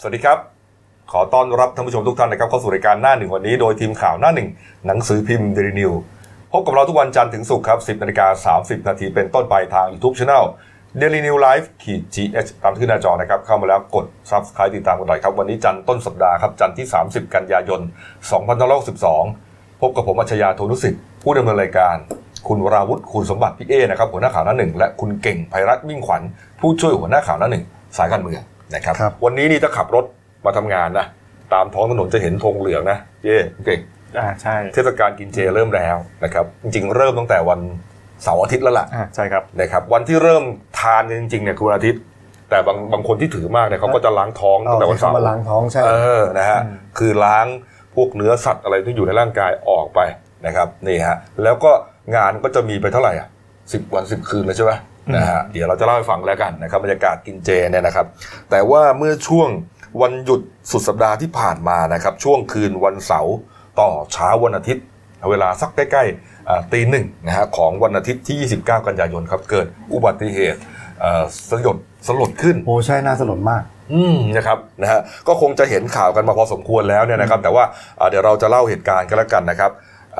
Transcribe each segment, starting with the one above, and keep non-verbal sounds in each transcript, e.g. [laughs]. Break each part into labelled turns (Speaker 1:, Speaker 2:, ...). Speaker 1: สวัสดีครับ ขอต้อนรับท่านผู้ชมทุกท่านนะครับเข้าสู่รายการหน้าหนึ่งวันนี้โดยทีมข่าวหน้าหนึ่งหนังสือพิมพ์เดลินิวพบกับเราทุกวันจันทร์ถึงศุกร์ครับ 10นาฬิกา30 นาทีเป็นต้นไปทาง YouTube Channel Daily New Life ขีด GH ตามที่ขึ้นหน้าจอนะครับ เข้ามาแล้วกด Subscribe ติดตามกันหน่อยครับ วันนี้จันทร์ต้นสัปดาห์ครับ จันทร์ที่ 30 กันยายน2562พบกับผมอัชยาโทนุสิทธิ์ผู้ดำเนินรายการ คุณวราวุฒิคุณสมบัติพี่เอนะครับหัวหน้าข่าวหน้าหนึ่งและคุณเก่งไพรัตน์มิ่งขวัญผู้ช่วยหัวหน้าข่าวหน้าหนึ่งสายการเมืองนะครับ
Speaker 2: ครับ
Speaker 1: วันนี้นี่ถ้าขับรถมาทำงานนะตามท้องถนนจะเห็นธงเหลืองนะเย่คุณเก่ง
Speaker 2: อ่าใช่
Speaker 1: เทศกาลกินเจเริ่มแล้วนะครับจริงๆ เริ่มตั้งแต่วันเสาร์อาทิตย์แล้วล่ะ
Speaker 2: อ่าใช่ครับ
Speaker 1: นะครับวันที่เริ่มทานกันจริงๆเนี่ยคือวันอาทิตย์ แต่บางบางคนที่ถือมากเนี่ยเขาก็จะล้างท้องตั้งแต่วันเสาร์
Speaker 2: เอาที่คำว่าล้างท้องใช่
Speaker 1: เออนะฮะคือล้างพวกเนื้อสัตว์อะไรที่อยู่ในร่างกายออกไปนะครับนี่ฮะแล้วก็งานก็จะมีไปเท่าไหร่อ่ะสิบวันสิบคืนเลยใช่ไหมนะฮะเดี๋ยวเราจะเล่าให้ฟังแล้วกันนะครับบรรยากาศกินเจเนี่ยนะครับ แต่ว่าเมื่อช่วงวันหยุดสุดสัปดาห์ที่ผ่านมานะครับช่วงคืนวันเสาร์ต่อเช้าวันอาทิตย์ เวลาสักใกล้ๆอ่าตีหนึ่งนะฮะของวันอาทิตย์ที่ 29 กันยายนครับเกิดอุบัติเหตุเอ่อสยดสลดขึ้น
Speaker 2: โอ้ใช่น่าสลดมาก
Speaker 1: อืมนะครับนะฮะก็คงจะเห็นข่าวกันมาพอสมควรแล้วเนี่ยนะครับ แต่ว่าอ่าเดี๋ยวเราจะเล่าเหตุการณ์กันแล้วกันนะครับ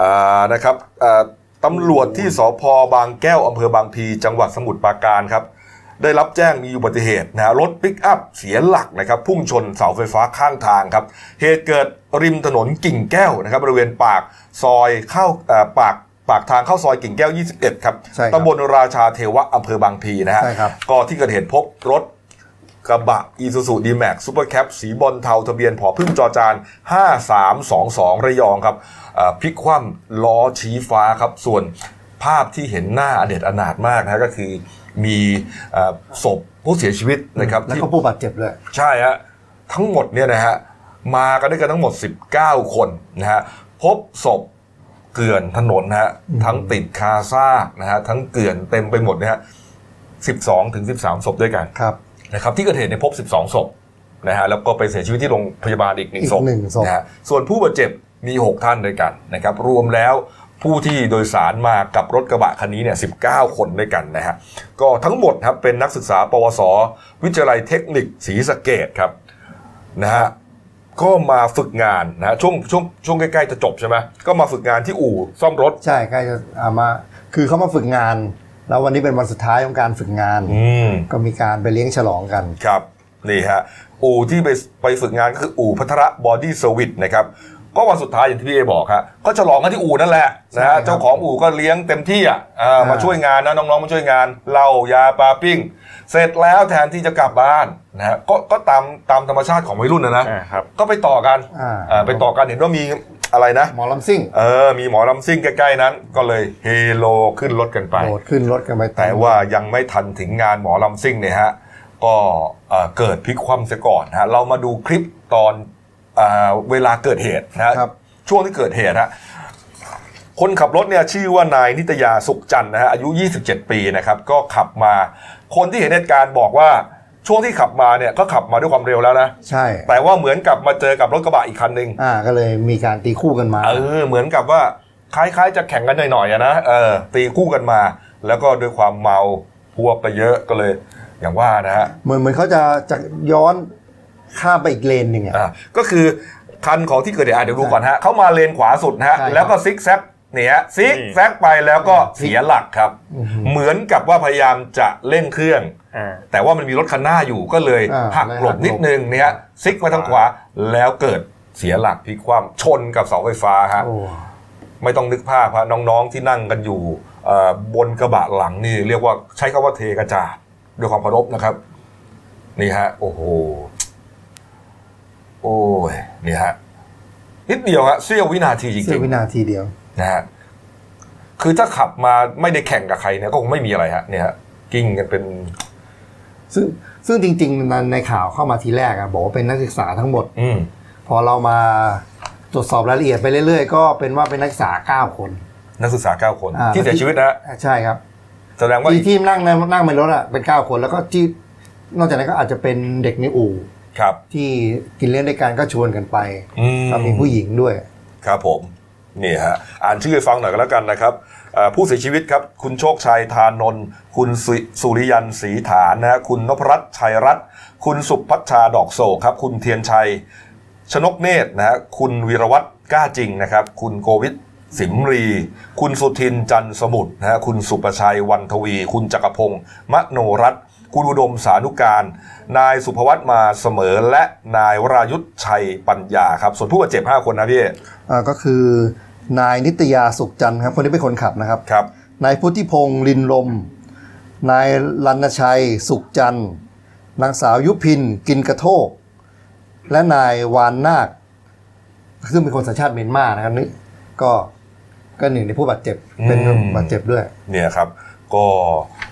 Speaker 1: อ่านะครับอ่าตำรวจที่สพบางแก้วอำเภอบางพลีจังหวัดสมุทรปราการครับ ได้รับแจ้งมีอุบัติเหตุนะฮะรถปิกอัพเสียหลักนะครับ พุ่งชนเสาไฟฟ้าข้างทางครับ เหตุเกิดริมถนนกิ่งแก้วนะครับ บริเวณปากซอยเข้าเอ่อปากปากทางเข้าซอยกิ่งแก้ว 21 ครับ
Speaker 2: ใช่ครับ
Speaker 1: ตำบลราชาเทวะอำเภอบางพลีนะฮะ
Speaker 2: ใช่ครับ
Speaker 1: ก็ที่เกิดเหตุพบรถ กระบะอีซูซูดีแม็กซูเปอร์แคปสีบอลเทาทะเบียนผอพึ่งจอจาน 5322 ระยองครับอ่าพลิกคว่ำล้อชี้ฟ้าครับ ส่วนภาพที่เห็นหน้าอเด็ดอนาถมากนะก็คือมีอ่าศพผู้เสียชีวิตนะครับ
Speaker 2: แล้ว
Speaker 1: ที่
Speaker 2: ก็ผู้บาดเจ็บด้วย
Speaker 1: ใช่ฮะทั้งหมดเนี่ยนะฮะมากันด้วยกันทั้งหมด 19 คนนะฮะพบศพเกลื่อนถนนนะฮะทั้งติดคาซากนะฮะทั้งเกลื่อนเต็มไปหมดนะฮะ12ถึง13ศพด้วยกัน
Speaker 2: ครับ
Speaker 1: นะครับที่เกิดเหตุเนี่ยพบ 12 ศพนะฮะแล้วก็ไปเสียชีวิตที่โรงพยาบาลอีกหนึ่ง
Speaker 2: อีก
Speaker 1: ศพ
Speaker 2: หนึ่งศพ
Speaker 1: นะฮะส่วนผู้บาดเจ็บมี 6 ท่านด้วยกันนะครับรวมแล้วผู้ที่โดยสารมากับรถกระบะคันนี้เนี่ย19 คนด้วยกันนะฮะก็ทั้งหมดครับเป็นนักศึกษา ปวส วิทยาลัยเทคนิคศรีสะเกดครับนะฮะก็มาฝึกงานนะฮะช่วงช่วงช่วงใกล้ๆจะจบใช่ไหมก็มาฝึกงานที่อู่ซ่อมรถ
Speaker 2: ใช่ใครจะเอามา คือเขามาฝึกงาน แล้ววันนี้เป็นวันสุดท้ายของการฝึกงาน
Speaker 1: อืม
Speaker 2: ก็มีการไปเลี้ยงฉลองกัน
Speaker 1: ครับนี่ฮะอู่ที่ไปไปฝึกงานก็คืออู่พัทระบอดี้เซอร์วิสนะครับก็วันสุดท้ายอย่างที่พี่เอบอกฮะก็ฉลองกันที่อู่นั่นแหละนะ
Speaker 2: ใช่ครั
Speaker 1: ฮะ
Speaker 2: บ
Speaker 1: เจ้าของอู่ก็เลี้ยงเต็มที่อ่ะอ่า
Speaker 2: อ่าม
Speaker 1: มาช่วยงานนะน้องๆมาช่วยงานเหล้ายาปลาปิ้ง เสร็จแล้วแทนที่จะกลับบ้านนะฮะก็ก็ตามตามธรรมชาติของวัยรุ่นนะนะ
Speaker 3: อ่าครับ
Speaker 1: ก็ไปต่อกัน
Speaker 2: อ่า
Speaker 1: อ่าไปต่อกันเห็นว่ามีอะไรนะ
Speaker 2: หมอลำซิ่ง
Speaker 1: เออมีหมอลำซิ่งใกล้ๆนั้น ก็เลยเฮโลขึ้นรถกันไป
Speaker 2: โดดขึ้นรถกันไป
Speaker 1: แต่ว่ายังไม่ทันถึงงานหมอลำซิ่งเนี่ยฮะ ก็เอ่อเกิดพลิกคว่ำซะก่อนนะฮะ เรามาดูคลิปตอนเอ่อเวลาเกิดเหตุนะฮะ
Speaker 2: ครับ
Speaker 1: ช่วงที่เกิดเหตุฮะ คนขับรถเนี่ยชื่อว่านายนิตยาสุขจันทร์นะฮะอายุ 27 ปีนะครับ ก็ขับมา คนที่เห็นเหตุการณ์บอกว่าช่วงที่ขับมาเนี่ยก็ขับมาด้วยความเร็วแล้วนะ
Speaker 2: ใช่
Speaker 1: แต่ว่าเหมือนกับมาเจอกับรถกระบะอีกคันหนึ่ง
Speaker 2: อ่า ก็เลยมีการตีคู่กันมา
Speaker 1: เออเหมือนกับว่าคล้ายๆ จะแข่งกันหน่อยๆอะนะเออตีคู่กันมา แล้วก็ด้วยความเมาพวกก็เยอะก็เลย อย่างว่านะฮะ
Speaker 2: เหมือนเหมือนเขาจะจะย้อนข้ามไปอีกเลนหนึ่งอ่ะ
Speaker 1: อ่ะก็คือคันของที่เกิดเหตุอ่ะเดี๋ยวดูก่อนฮะเขามาเลนขวาสุดนะฮะ
Speaker 2: ใช่ครับ
Speaker 1: แล้วก็ซิกแซกเนี่ยซิกแซกไปแล้วก็เสียหลักครับ
Speaker 2: อือหือ
Speaker 1: เหมือนกับว่าพยายามจะเร่งเครื่อง
Speaker 3: อ่า
Speaker 1: แต่ว่ามันมีรถคันหน้าอยู่ก็เลย
Speaker 2: อ่า
Speaker 1: หักหลบ
Speaker 2: เลยหักหลบ
Speaker 1: นิดนึงเนี่ยซิกมาทางขวาแล้วเกิดเสียหลักพลิกคว่ำชนกับเสาไฟฟ้าฮะ
Speaker 2: โอ้
Speaker 1: ไม่ต้องนึกภาพฮะน้องๆที่นั่งกันอยู่เอ่อบนกระบะหลังนี่ เรียกว่าใช้คำว่าเทกระจาดด้วยความเคารพนะครับ นี่ฮะ โอ้โห โอ้ยนี่ฮะนิดเดียวฮะเสี้ยววินาทีจ
Speaker 2: เสี้ย
Speaker 1: ริ
Speaker 2: ว
Speaker 1: ง
Speaker 2: วินาทีเดียว
Speaker 1: ๆนะฮะคือถ้าขับมาไม่ได้แข่งกับใครเนี่ยก็คงไม่มีอะไรฮะเนี่ยฮะกิ้งกันเป็น
Speaker 2: ซึ่งซึ่งจริงๆในในข่าวเข้ามาทีแรกอะบอกว่าเป็นนักศึกษาทั้งหมด
Speaker 1: อืม
Speaker 2: พอเรามาตรวจสอบรายละเอียดไปเรื่อยๆ ก็เป็นว่าเป็นนักศึกษา 9 คน
Speaker 1: นักศึกษาเก้าคน
Speaker 2: อ่า
Speaker 1: ที่เสียชีวิตนะฮะ
Speaker 2: อ่าใช่ครับ
Speaker 1: แสดงว่า
Speaker 2: ทีที่นั่งในนั่งในรถอะเป็น 9 คนแล้วก็ที่นอกจากนั้นก็อาจจะเป็นเด็กในอู่
Speaker 1: ครับ
Speaker 2: ที่กินเลี้ยงด้วยกันก็ชวนกันไป
Speaker 1: อืม
Speaker 2: แล้วมีผู้หญิงด้วย
Speaker 1: ครับผม นี่ฮะอ่านชื่อให้ฟังหน่อยก็แล้วกันนะครับเอ่อผู้เสียชีวิตครับ คุณโชคชัยธานนท์คุณสุสุริยันศรีฐานนะฮะคุณนพรัตน์ชัยรัตน์คุณสุพัชชาดอกโศกครับ คุณเทียนชัย ชนกเนตรนะฮะคุณวีรวัตรกล้าจริงนะครับ คุณโกวิทสิมรี คุณสุทินจันทร์สมุทรนะฮะคุณสุประชัยวันทวี คุณจักรพงศ์มโนรัตน์คุณอุดมสานุการ นายสุภวัตมาเสมอและนายวรายุทธชัยปัญญาครับ ส่วนผู้บาดเจ็บ 5 คนนะพี่
Speaker 2: อ่าก็คือนายนิตยาสุขจันทร์ครับคนที่เป็นคนขับนะครับ
Speaker 1: ครับ
Speaker 2: นายพุทธิพงศ์ลินลม นายรันชัย สุขจันทร์นางสาวยุพิน กินกระโทก และนายวานนาค ซึ่งเป็นคนสัญชาติเมียนมานะครับนี่ก็ก็หนึ่งในผู้บาดเจ็บ เป็น
Speaker 1: อืม
Speaker 2: บาดเจ็บด้วย
Speaker 1: เนี่ยครับ ก็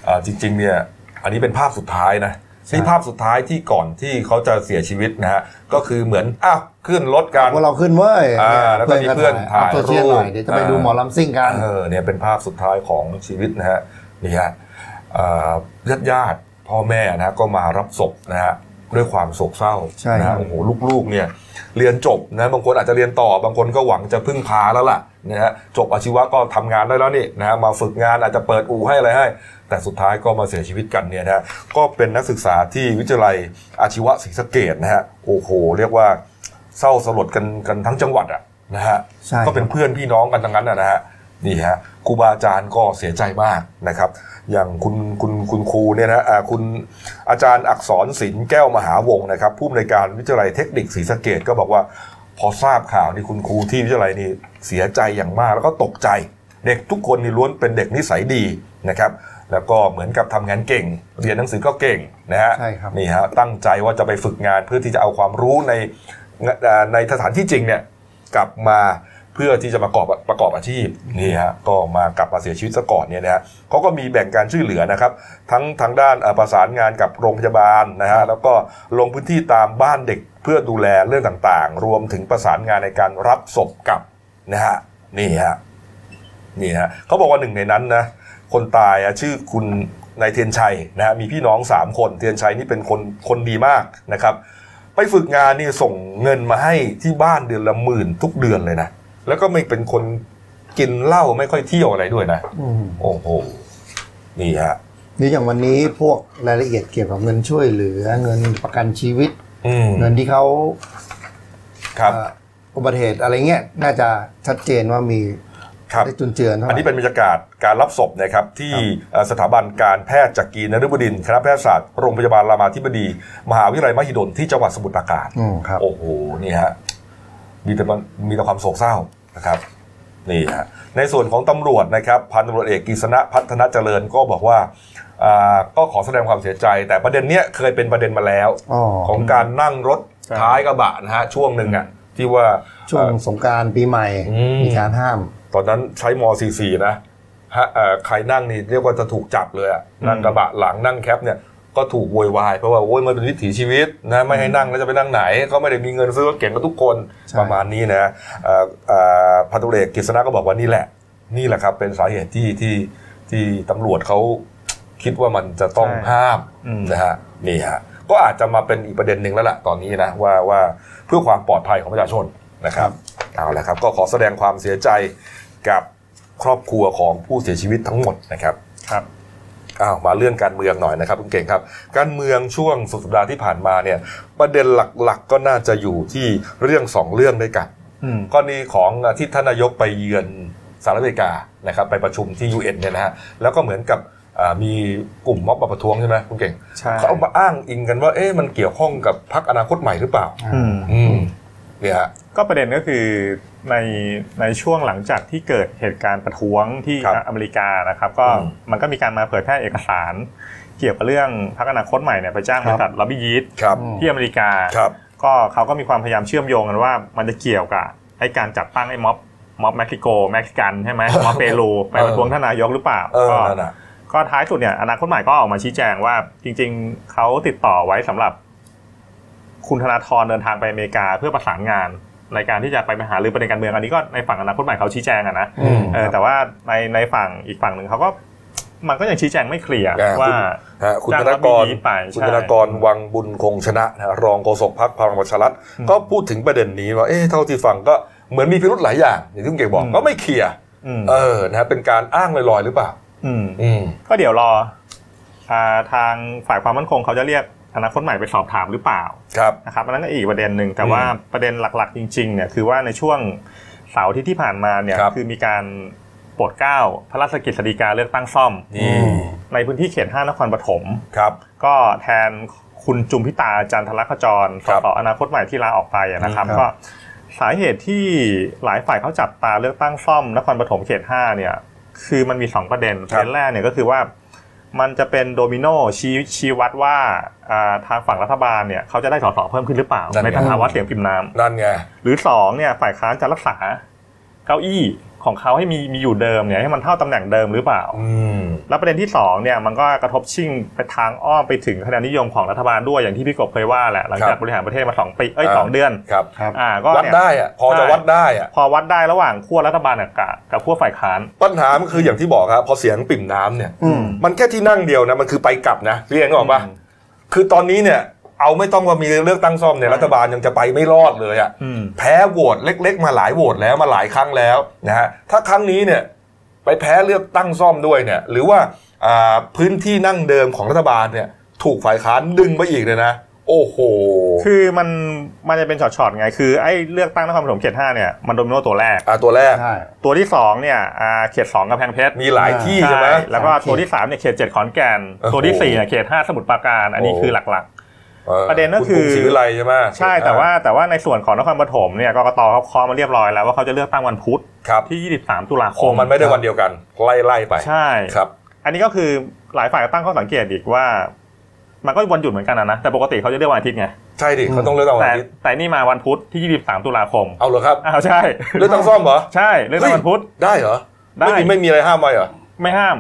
Speaker 1: เอ่อจริงๆเนี่ยอันนี้เป็นภาพสุดท้ายนะ
Speaker 2: ใช่
Speaker 1: นี่ภาพสุดท้ายที่ก่อนที่เขาจะเสียชีวิตนะฮะก็คือเหมือนอ้าวขึ้นรถกัน
Speaker 2: พวกเราขึ้นเว้ย
Speaker 1: อ่าแล้วก็มีเพื่อนถ่าย
Speaker 2: อัพโซเชียลหน่อย
Speaker 1: รูป
Speaker 2: เดี๋ยวจะไป
Speaker 1: อ่า
Speaker 2: ดูหมอลำซิ่งกัน
Speaker 1: เออเนี่ยเป็นภาพสุดท้ายของชีวิตนะฮะนี่ฮะญาติญาติๆพ่อแม่นะฮะก็มารับศพนะฮะด้วยความโศกเศร้า
Speaker 2: ใช่
Speaker 1: นะ
Speaker 2: ครั
Speaker 1: ฮะ
Speaker 2: บ
Speaker 1: โอ้โหลูกๆเนี่ยเรียนจบนะบางคนอาจจะเรียนต่อบางคนก็หวังจะพึ่งพาแล้วล่ะนะฮะจบอาชีวะก็ทำงานได้แล้วนี่นะฮะมาฝึกงานอาจจะเปิดอู่ให้อะไรให้ แต่สุดท้ายก็มาเสียชีวิตกันเนี่ยนะฮะก็เป็นนักศึกษาที่วิทยาลัยอาชีวะศรีสะเกดนะฮะโอ้โหเรียกว่าเศร้าสลดกันกันทั้งจังหวัดอะนะฮะ
Speaker 2: ใช่
Speaker 1: ก็เป็นเพื่อนพี่น้องกันทั้งนั้นนะนะฮะนี่ฮะครูบาอาจารย์ก็เสียใจมากนะครับ อย่างคุณคุณคุณครูเนี่ยนะอ่าคุณอาจารย์อักษรศิลป์แก้วมหาวงศ์นะครับผู้อำนวยการวิทยาลัยเทคนิคศรีสะเกดก็บอกว่า พอทราบข่าวนี่คุณครูที่วิทยาลัยนี่เสียใจอย่างมากแล้วก็ตกใจ เด็กทุกคนนี่ล้วนเป็นเด็กนิสัยดีนะครับแล้วก็เหมือนกับทำงานเก่ง เรียนหนังสือก็เก่งนะฮะ
Speaker 2: ใช่ครับ
Speaker 1: นี่ฮะตั้งใจว่าจะไปฝึกงานเพื่อที่จะเอาความรู้ในเอ่อในสถานที่จริงเนี่ย กลับมาเพื่อที่จะประกอบประกอบอาชีพนี่ฮะก็มากลับมาเสียชีวิตซะก่อนเนี่ยนะฮะเขาก็มีแบ่งการช่วยเหลือนะครับ ทั้งทางด้านเอ่อประสานงานกับโรงพยาบาลนะฮะแล้วก็ลงพื้นที่ตามบ้านเด็กเพื่อดูแลเรื่องต่างๆ รวมถึงประสานงานในการรับศพกลับนะฮะนี่ฮะนี่ฮะเขาบอกว่าหนึ่งในนั้นนะคนตายอะชื่อคุณนายเทียนชัยนะฮะมีพี่น้องสามคนเทียนชัยนี่เป็นคนคนดีมากนะครับ ไปฝึกงานนี่ส่งเงินมาให้ที่บ้านเดือนละหมื่นทุกเดือนเลยนะ แล้วก็ไม่เป็นคนกินเหล้าไม่ค่อยเที่ยวอะไรด้วยนะ
Speaker 2: อืม
Speaker 1: โอ้โห นี่ฮะ
Speaker 2: นี่อย่างวันนี้พวกรายละเอียดเกี่ยวกับเงินช่วยเหลือเงินประกันชีวิต
Speaker 1: อืม
Speaker 2: เงินที่เขา
Speaker 1: ครับ
Speaker 2: เอ่ออุบัติเหตุอะไรเงี้ยน่าจะชัดเจนว่ามี
Speaker 1: ครับ
Speaker 2: ได้จุนเจือนเท่าไห
Speaker 1: อัน
Speaker 2: ร่
Speaker 1: นี้เป็นบรรยากาศการรับศพนะครับที่เอ่อสถาบันการแพทย์จากกีนฤบดินทร์คณะแพทยศาสตร์โรงพยาบาลรามาธิบดี มหาวิทยาลัยมหิดลที่จังหวัดสมุทรปราการ
Speaker 2: อืมครับ
Speaker 1: โอ้โห นี่ฮะ มีแต่มันมีแต่ความโศกเศร้านะครับ นี่ฮะ ในส่วนของตำรวจนะครับ พันตำรวจเอกกฤษณะพัฒนาเจริญก็บอกว่าอ่า ก็ขอแสดงความเสียใจ แต่ประเด็นเนี้ยเคยเป็นประเด็นมาแล้ว
Speaker 2: อ๋อ
Speaker 1: ของการนั่งรถท้ายกระบะนะฮะ ช่วงหนึ่งอ่ะ ที่ว่า
Speaker 2: ช่วงสงกรารปีใหม่
Speaker 1: อืม
Speaker 2: มีการห้าม
Speaker 1: ตอนนั้นใช้ม .44 นะฮะเอ่อใครนั่งนี่เรียกว่าจะถูกจับเลยอะนั่งกระบะหลังนั่งแคปเนี่ยก็ถูกโวยวายเพราะว่าโอ้ยมันเป็นวิถีชีวิตนะไม่ให้นั่งแล้วจะไปนั่งไหน ก็ไม่ได้มีเงินซื้อรถเก๋งกับทุกคน
Speaker 2: ใช่
Speaker 1: ประมาณนี้นะเอ่อเอ่อพันตุเอกกฤษณะก็บอกว่านี่แหละ นี่แหละครับเป็นสาเหตุที่ที่ที่ตำรวจเขาคิดว่ามันจะต้อง
Speaker 3: ใช่
Speaker 1: ห้าม
Speaker 3: อืม
Speaker 1: นะฮะนี่ฮะก็อาจจะมาเป็นอีกประเด็นหนึ่งแล้วล่ะตอนนี้นะว่าว่าเพื่อความปลอดภัยของประชาชนนะครับ เอาละครับก็ขอแสดงความเสียใจกับครอบครัวของผู้เสียชีวิตทั้งหมดนะครับ
Speaker 3: ครับ
Speaker 1: อ้าวมาเรื่องการเมืองหน่อยนะครับคุณเก่งครับ การเมืองช่วงสุดสัปดาห์ที่ผ่านมาเนี่ยประเด็นหลักๆก็น่าจะอยู่ที่เรื่องสองเรื่องด้วยกัน
Speaker 3: อืม
Speaker 1: กรณีของที่ท่านนายกไปเยือนสหรัฐอเมริกานะครับไปประชุมที่ UN เนี่ยนะฮะแล้วก็เหมือนกับอ่ามีกลุ่มม็อบมาประท้วงใช่ไหมคุณเก่ง
Speaker 3: ใช่
Speaker 1: เขาเอามาอ้างอิงกันว่าเอ๊ะมันเกี่ยวข้องกับพรรคอนาคตใหม่หรือเปล่า
Speaker 3: อืม
Speaker 1: อืมเนี่ยฮะ
Speaker 3: ก็ประเด็นก็คือในในช่วงหลังจากที่เกิดเหตุการณ์ประท้วงที่
Speaker 1: ครับ
Speaker 3: อเมริกานะครับ ก็
Speaker 1: อืม
Speaker 3: มันก็มีการมาเผยแพร่เอกสาร เกี่ยวกับเรื่องพักอนาคตใหม่เนี่ยไปจ้าง
Speaker 2: ครับ
Speaker 3: บริษัทล็อบบี้ยีสต์
Speaker 1: ครับ
Speaker 3: ที่อเมริกา
Speaker 1: ครับ
Speaker 3: ก็เขาก็มีความพยายามเชื่อมโยงกันว่ามันจะเกี่ยวกับไอ้การจัดตั้งไอ้ม็อบม็อบเม็กซิโกเม็กซิกันใช่ไหม
Speaker 1: [laughs]
Speaker 3: ม็อบเปรูไปประท้วงท่านนายกหรือเปล่า
Speaker 1: เออ
Speaker 3: ก็
Speaker 1: นั่นน่ะ
Speaker 3: ก็ท้ายสุดเนี่ยอนาคตใหม่ก็ออกมาชี้แจงว่าจริงๆ เขาติดต่อไว้สำหรับ คุณธนาธรเดินทางไปอเมริกาเพื่อประสานงาน ในการที่จะไปหารือประเด็นการเมืองอันนี้ก็ในฝั่งอนาคตใหม่เขาชี้แจงอะนะ
Speaker 1: อืม
Speaker 3: เออแต่ว่าในในฝั่งอีกฝั่งหนึ่งเขาก็มันก็ยังชี้แจงไม่เคลียร์
Speaker 1: อ่า
Speaker 3: ว่า
Speaker 1: ฮะคุณธ
Speaker 3: จ้าง
Speaker 1: นากร
Speaker 3: รับดีๆไป
Speaker 1: คุณ
Speaker 3: ใช่
Speaker 1: ธนากรวังบุญคงชนะนะฮะรองโฆษกพรรคพลังประชารัฐก็พูดถึงประเด็นนี้ว่าเอ๊ะเท่าที่ฟังก็ เหมือนมีพิรุธหลายอย่างอย่างที่คุณเก่งบอก
Speaker 3: อืม
Speaker 1: ก็ไม่เคลียร์
Speaker 3: อืม
Speaker 1: เออนะฮะเป็นการอ้างลอยๆหรือเปล่า
Speaker 3: อืม
Speaker 1: อืม
Speaker 3: ก็เดี๋ยวรออ่าทางฝ่ายความมั่นคงเขาจะเรียกอนาคตใหม่ไปสอบถามหรือเปล่า
Speaker 1: ครับ
Speaker 3: นะครับอันนั้นก็อีกประเด็นหนึ่งแต่ว่าประเด็นหลักๆ จริงๆเนี่ยคือว่าในช่วงเสาร์อาที่ที่ผ่านมาเนี่ย
Speaker 1: ครับ
Speaker 3: อมีการโปรดเกล้าพระราชกิจสฎีกาเลือกตั้งซ่อม
Speaker 1: นี่
Speaker 3: ในพื้นที่เขต 5 นครปฐม
Speaker 1: ครับ
Speaker 3: ก็แทนคุณจุมพิตาจันทรขจร
Speaker 1: ค
Speaker 3: ส
Speaker 1: รับ
Speaker 3: สอนาคตใหม่ที่ลาออกไปอะนะครับ
Speaker 2: ครับ
Speaker 3: ก็สาเหตุที่หลายฝ่ายเขาจับตาเลือกตั้งซ่อมนครปฐมเขต 5 เนี่ย คือมันมี 2 ประเด็นประเด็นแรกเนี่ยก็คือว่ามันจะเป็นโดมิโนชี้ชี้วัดว่าอ่าทางฝั่งรัฐบาลเนี่ยเขาจะได้สสเพิ่มขึ้นหรือเปล่า
Speaker 1: นั่นไง
Speaker 3: ในสภาวะเสียงปริ่มน้ำ
Speaker 1: นั่นไง
Speaker 3: หรือ 2เนี่ยฝ่ายค้านจะรักษาเก้าอี้ของเขาให้มีมีอยู่เดิมเนี่ยให้มันเท่าตำแหน่งเดิมหรือเปล่า
Speaker 1: อืม
Speaker 3: แล้วประเด็นที่2เนี่ยมันก็กระทบชิ่งไปทางอ้อมไปถึงคะแนนนิยมของรัฐบาลด้วยอย่างที่พี่กบเคยว่าแหละหลัง
Speaker 1: ค
Speaker 3: จาก
Speaker 1: รับ
Speaker 3: บริหารประเทศมาสองปีเอ้ย
Speaker 1: อ่า
Speaker 3: สองเดือน
Speaker 1: ครับ
Speaker 2: ครับ
Speaker 3: อ่าก็
Speaker 1: วัด
Speaker 3: เนี่ย
Speaker 1: ได้อะพอจะ
Speaker 3: ใช่
Speaker 1: วัดได้อะ
Speaker 3: พอวัดได้ระหว่างขั้วรัฐบาลกับกับขั้วฝ่ายค้าน
Speaker 1: ปัญหามันคืออย่างที่บอกครับพอเสียงปิ่มน้ำเนี่ย
Speaker 2: อืม
Speaker 1: มันแค่ที่นั่งเดียวนะมันคือไปกลับนะเรียนก็ออกปะ
Speaker 3: อืม
Speaker 1: คือตอนนี้เนี่ย เอาไม่ต้องว่ามีเลือกตั้งซ่อมเนี่ย
Speaker 3: ใช่
Speaker 1: รัฐบาลยังจะไปไม่รอดเลยอะ
Speaker 3: อืม
Speaker 1: แพ้โหวตเล็ก ๆ มาหลายโหวตแล้วมาหลายครั้งแล้วนะฮะถ้าครั้งนี้เนี่ยไปแพ้เลือกตั้งซ่อมด้วยเนี่ย หรือว่าอ่าพื้นที่นั่งเดิมของรัฐบาลเนี่ย ถูกฝ่ายค้านดึงไปอีกเลยนะ โอ้โห
Speaker 3: คือมันมันจะเป็นช็อตๆไงคือไอ้เลือกตั้งนครปฐมเขตห้าเนี่ยมันโดมิโนตัวแรก
Speaker 1: อ่าตัวแรก
Speaker 2: ใช่
Speaker 3: ตัวที่สองเนี่ยอ่าเขตสองกำแพงเพชร
Speaker 1: มีหลายที่
Speaker 3: ใช่
Speaker 1: ใช่ไหม
Speaker 3: แล้วก็
Speaker 2: สามเขต
Speaker 3: ตัวที่สามเนี่ยเขตเจ็ดขอนแก่น
Speaker 1: โอ้โห
Speaker 3: ตัวที่สี่เนี่ยเขตห้าสมุทรปราการ อันนี้
Speaker 1: โอ้
Speaker 3: คือหลัก
Speaker 1: ออ
Speaker 3: ประเด็นก็คื
Speaker 1: ณ
Speaker 3: อ
Speaker 1: กรุงศรีวิไลใช่ไหม
Speaker 3: ๆ ใช่แต่ว่าแต่ว่าในส่วนของนครปฐมเนี่ยกกตเขาเคาะมาเรียบร้อยแล้วว่าเขาจะเลือกตั้งวันพุธ
Speaker 1: ครับ
Speaker 3: ที่ 23 ตุลาค
Speaker 1: ขอ
Speaker 3: ม
Speaker 1: งมันไม่ได้วันเดียวกัน ไล่ไล่ๆไป
Speaker 3: ใช่
Speaker 1: ครับ
Speaker 3: อันนี้ก็คือหลายฝ่ายก็ตั้งข้อสังเกตอีกว่า มันก็วันหยุดเหมือนกันนะนะ แต่ปกติเขาจะเลือกวันอาทิตย์ไง
Speaker 1: ใช่ดิเขาต้องเลือกตั้งวัน
Speaker 3: แต่
Speaker 1: อาทิตย์
Speaker 3: แต่นี่มาวันพุธที่ 23 ตุลาคม
Speaker 1: เอาเหรอครับ
Speaker 3: อ้าวใช่
Speaker 1: เลือกตั้งซ่อมเหรอ
Speaker 3: ใช่ เลือกตั้งวันพุธ
Speaker 1: ได้เหรอ
Speaker 3: ได้
Speaker 1: ไม่มีไม่มีอะไรห้ามไว้เหรอ
Speaker 3: ไม่ห้าม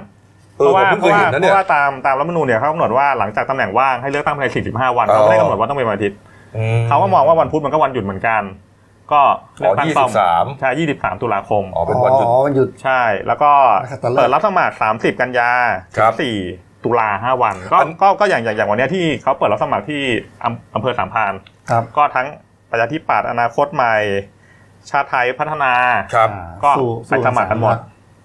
Speaker 1: เออผมเพิ่ง
Speaker 3: เพ
Speaker 1: เคย
Speaker 3: ราะว่า
Speaker 1: เห็นนะ
Speaker 3: เพ
Speaker 1: เนี่ย
Speaker 3: ราะว่าตามตามรัฐธรรมนูญเนี่ยเขากำหนดว่าหลังจากตำแหน่งว่างให้เลือกตั้งภายใน45 วัน
Speaker 1: อ๋อ
Speaker 3: เขาไม่ได้กำหนดว่าต้องเป็นวันอาทิตย์เขาก็มองว่าวันพุธมันก็วันหยุดเหมือนกัน ก็
Speaker 1: อ๋
Speaker 3: เลือก
Speaker 1: อ
Speaker 3: ตั้ง
Speaker 1: ยี่
Speaker 3: ซ่
Speaker 1: สิ
Speaker 3: อม
Speaker 1: บสาม
Speaker 3: ใช่ 23 ตุลาคม
Speaker 1: อ๋อ
Speaker 2: อ๋
Speaker 1: เป็นวันหยุด
Speaker 2: อมันหยุด
Speaker 3: ใช่แล้วก็
Speaker 2: นะครับตอนแรก
Speaker 3: เปิดรับสมัคร 30 กันยา
Speaker 1: ครับ
Speaker 3: 4ตุลาห้าวันก็
Speaker 1: อัน
Speaker 3: ก็ก็อย่างอย่างอย่างวันเนี้ยที่เขาเปิดรับสมัครที่อำอำเภอสามพราน
Speaker 2: ครับ
Speaker 3: ก็ทั้งประชาธิปัตย์อนาคตใหม่ ชาติไทยพัฒนา
Speaker 1: ครับ
Speaker 2: อ่า
Speaker 3: ก็ไปสมัครกันหมด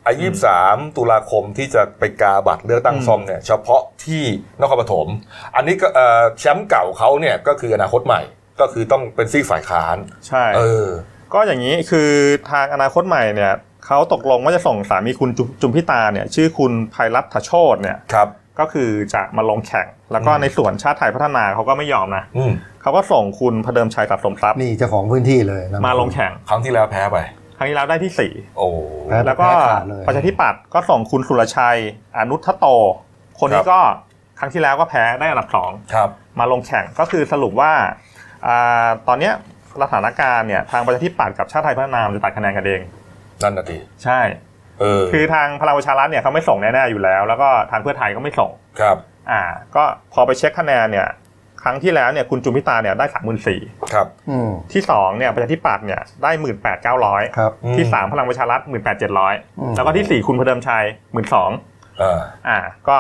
Speaker 1: ไอ้ยี่สิบสามตุลาคมที่จะไปกาบัตรเลือกตั้งซ่อมเนี่ย เฉพาะที่นครปฐมอันนี้ก็เอ่อแชมป์เก่าเขาเนี่ยก็คืออนาคตใหม่ ก็คือต้องเป็นซีกฝ่ายค้าน
Speaker 3: ใช่
Speaker 1: เออ
Speaker 3: ก็อย่างนี้คือทางอนาคตใหม่เนี่ยเขาตกลงว่าจะส่งสามีคุณจุจุมพิตาเนี่ยชื่อคุณภัยรัตน์ถโชตเนี่ย
Speaker 1: ครับ
Speaker 3: ก็คือจะมาลงแข่ง แล้วก็
Speaker 1: อืม
Speaker 3: ในส่วนชาติไทยพัฒนาเขาก็ไม่ยอมนะ
Speaker 1: อืม
Speaker 3: เขาก็ส่งคุณพเดิมชัยสะสมทรัพย์
Speaker 2: นี่เจ้าของพื้นที่เลยนะ
Speaker 3: มาลงแข่ง
Speaker 1: ครั้งที่แล้วแพ้ไป
Speaker 3: ครั้งที่แล้วได้ที่สี่
Speaker 1: โอ้
Speaker 2: แพ้ ครับ
Speaker 3: แล้วก็
Speaker 2: ขาดเลย
Speaker 3: ประชาธิปัตย์ก็ส่งคุณสุรชัย อนุทธโต คนนี้ก็ครั้งที่แล้วก็แพ้ได้อันดับสอง
Speaker 1: ครับ
Speaker 3: มาลงแข่งก็คือสรุปว่าอาตอนเนี้ยสถานการณ์เนี่ยทางประชาธิปัตย์กับชาติไทยพัฒนามนจะตัดคะแนนกันเอง
Speaker 1: นั่นนาที
Speaker 3: ใช่
Speaker 1: เออ
Speaker 3: คือทางพลังประชารัฐเนี่ยเขาไม่ส่งแน่ๆอยู่แล้ว แล้วก็ทางเพื่อไทยก็ไม่ส่ง
Speaker 1: ครับ
Speaker 3: อ่าก็พอไปเช็คคะแนนเนี่ยครั้งที่แล้วเนี่ยคุณจุมพิตาเนี่ยได้สามหมื่นสี่
Speaker 1: ครับ
Speaker 2: อืม
Speaker 3: ที่สองเนี่ยประชาธิปัตย์เนี่ยได้หมื่นแปดเก้าร้อย
Speaker 2: ครับ
Speaker 3: ที่สามพลังประชารัฐหมื่นแปดเจ็ดร้อย
Speaker 2: อืม
Speaker 3: แล้วก็ที่สี่คุณพเดิมชัยหมื่นสอง
Speaker 1: อ่า
Speaker 3: อ่าก็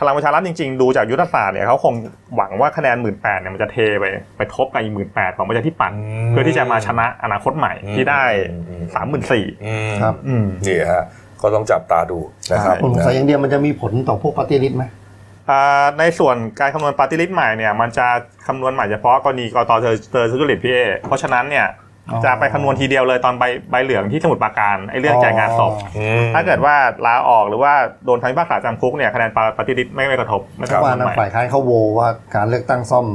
Speaker 3: พลังประชารัฐจริงๆ ดูจากยุทธศาสตร์เนี่ยเขาคงหวังว่าคะแนนหมื่นแปดเนี่ยมันจะเทไปไปทบกับอีกหมื่นแปดของประชาธิปัตย์
Speaker 1: อืม
Speaker 3: เพื่อที่จะมาชนะอนาคตใหม่ที่ได้
Speaker 1: อืมอืม
Speaker 3: สามหมื่นสี่
Speaker 1: อืม
Speaker 2: ครับ
Speaker 3: อืม
Speaker 1: นี่ฮะ ก็ต้องจับตาดูนะครับ
Speaker 2: ผมสงสัยอย่างเดียวมันจะมีผลต่อพวกปฏิริษไหม
Speaker 3: อ่าในส่วนการคำนวณปาร์ตี้ลิสต์ใหม่เนี่ยมันจะคำนวณใหม่เฉพาะกรณีกตเธอเจอทุจริตพี่เอเพราะฉะนั้นเนี่ย
Speaker 2: อ๋อ
Speaker 3: จะไปคำนวณทีเดียวเลยตอนใบใบเหลืองที่สมุดปราการไอ้เรื่องจ่ายงานศพ
Speaker 1: อืม
Speaker 3: ถ้าเกิดว่าลาออกหรือว่าโดนทำพิพากษาจำคุกเนี่ยคะแนนปาร์ตี้ลิสต์ไม่ไม่กระทบไม่
Speaker 2: เพราะ
Speaker 3: คำน
Speaker 2: ว่าว
Speaker 3: ณ
Speaker 2: ทาง
Speaker 3: ใหม่
Speaker 2: ฝ่ายค้านเขาโวว่าการเลือกตั้งซ่อม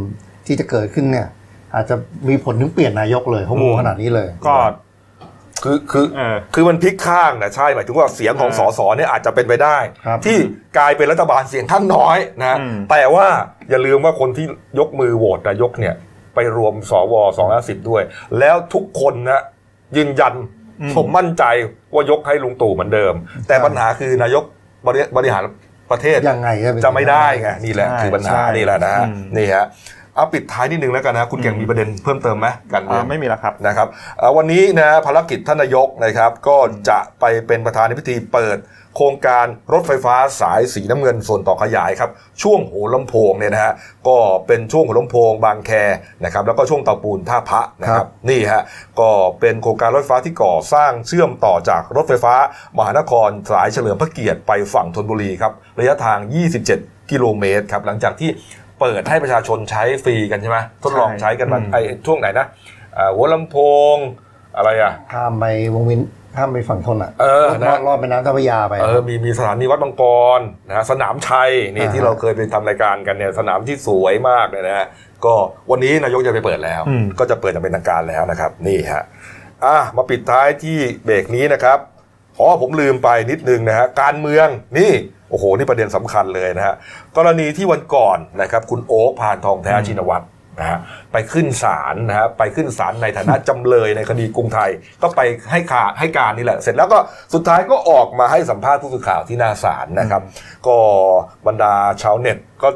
Speaker 2: ที่จะเกิดขึ้นเนี่ย อาจจะมีผลถึงเปลี่ยนนายกเลยเขาโวขนาดนี้เลย
Speaker 3: ก็
Speaker 1: คือคือ
Speaker 3: เออ
Speaker 1: คือมันพลิกข้างนะใช่หมายถึงว่าเสียงของ
Speaker 3: อ่า
Speaker 1: สสเนี่ยอาจจะเป็นไปได้
Speaker 2: ครับ
Speaker 1: ที่กลายเป็นรัฐบาลเสียงข้างน้อยนะ
Speaker 3: อืม
Speaker 1: แต่ว่าอย่าลืมว่าคนที่ยกมือโหวตนายกเนี่ย ไปรวมสวสองร้อยสิบด้วย แล้วทุกคนนะยืนยันผมมั่นใจว่ายกให้ลุงตู่เหมือนเดิม แต่
Speaker 2: ใช่
Speaker 1: ปัญหาคือนายกบริบริหารประเทศ
Speaker 2: ยังไงเป็น
Speaker 1: จะไม่ได้ไงนี่แหละ
Speaker 3: ใช่
Speaker 1: คือปัญหา
Speaker 3: ใช่
Speaker 1: นี่แหละนะฮะ
Speaker 3: อืม
Speaker 1: นี่ฮะเอาปิดท้ายนิดนึงแล้วกันนะคุณเก่งมีประเด็นเพิ่มเติมไหมกันเมื
Speaker 3: อ่า
Speaker 1: อง
Speaker 3: ไม่มีแล้วครับ
Speaker 1: นะครับเอ่อวันนี้นะภารกิจท่านนายกนะครับ ก็จะไปเป็นประธานในพิธีเปิด โครงการรถไฟฟ้าสายสีน้ำเงินส่วนต่อขยายครับ ช่วงหัวลำโพงเนี่ยนะฮะก็เป็นช่วงหัวลำโพงบางแคนะครับแล้วก็ช่วงเตาปูนท่าพระนะค
Speaker 2: ครั
Speaker 1: รับ
Speaker 2: บ
Speaker 1: นี่ฮะก็เป็นโครงการรถไฟฟ้าที่ก่อสร้างเชื่อมต่อจากรถไฟฟ้ามหานครสายเฉลิมพระเกียรติไปฝั่งธนบุรีครับระยะทาง 27 กิโลเมตรครับหลังจากที่เปิดให้ประชาชนใช้ฟรีกันใช่ไหมทดลองใช้กันมา
Speaker 3: ใช่
Speaker 1: ไอ้ช่วงไหนนะอ่าหัวลำโพงอะไรอ่ะ
Speaker 2: ข้ามไปวงเวินข้ามไปฝั่งทนอ่ะ
Speaker 1: เออ
Speaker 2: ร
Speaker 1: นะ
Speaker 2: อดรอดไปน้ำเจ้าพระยาไป
Speaker 1: เออมีมีสถานีวัดบางกรนะฮะสนามชัยนี่
Speaker 2: อ่าฮะ
Speaker 1: ที่เราเคยไปทำรายการกันเนี่ยสนามที่สวยมากเลยนะฮะก็วันนี้นายกจะไปเปิดแล้ว
Speaker 3: อืม
Speaker 1: ก็จะเปิดอย่างเป็นทางการแล้วนะครับ นี่ฮะอ่ะมาปิดท้ายที่เบรกนี้นะครับอ๋อผมลืมไปนิดนึงนะฮะการเมืองนี่โอ้โหนี่ประเด็นสำคัญเลยนะฮะกรณีที่วันก่อนนะครับคุณโอ๊คพานทองแท้ชินวัตรนะฮะไปขึ้นศาลนะฮะไปขึ้นศาลในฐานะจำเลยในคดีกรุงไทย ก็ไปให้ข่าวให้การนี่แหละ เสร็จแล้วก็สุดท้ายก็ออกมาให้สัมภาษณ์ผู้สื่อข่าวที่หน้าศาลนะครับ ก็บรรดาชาวเน็ตก็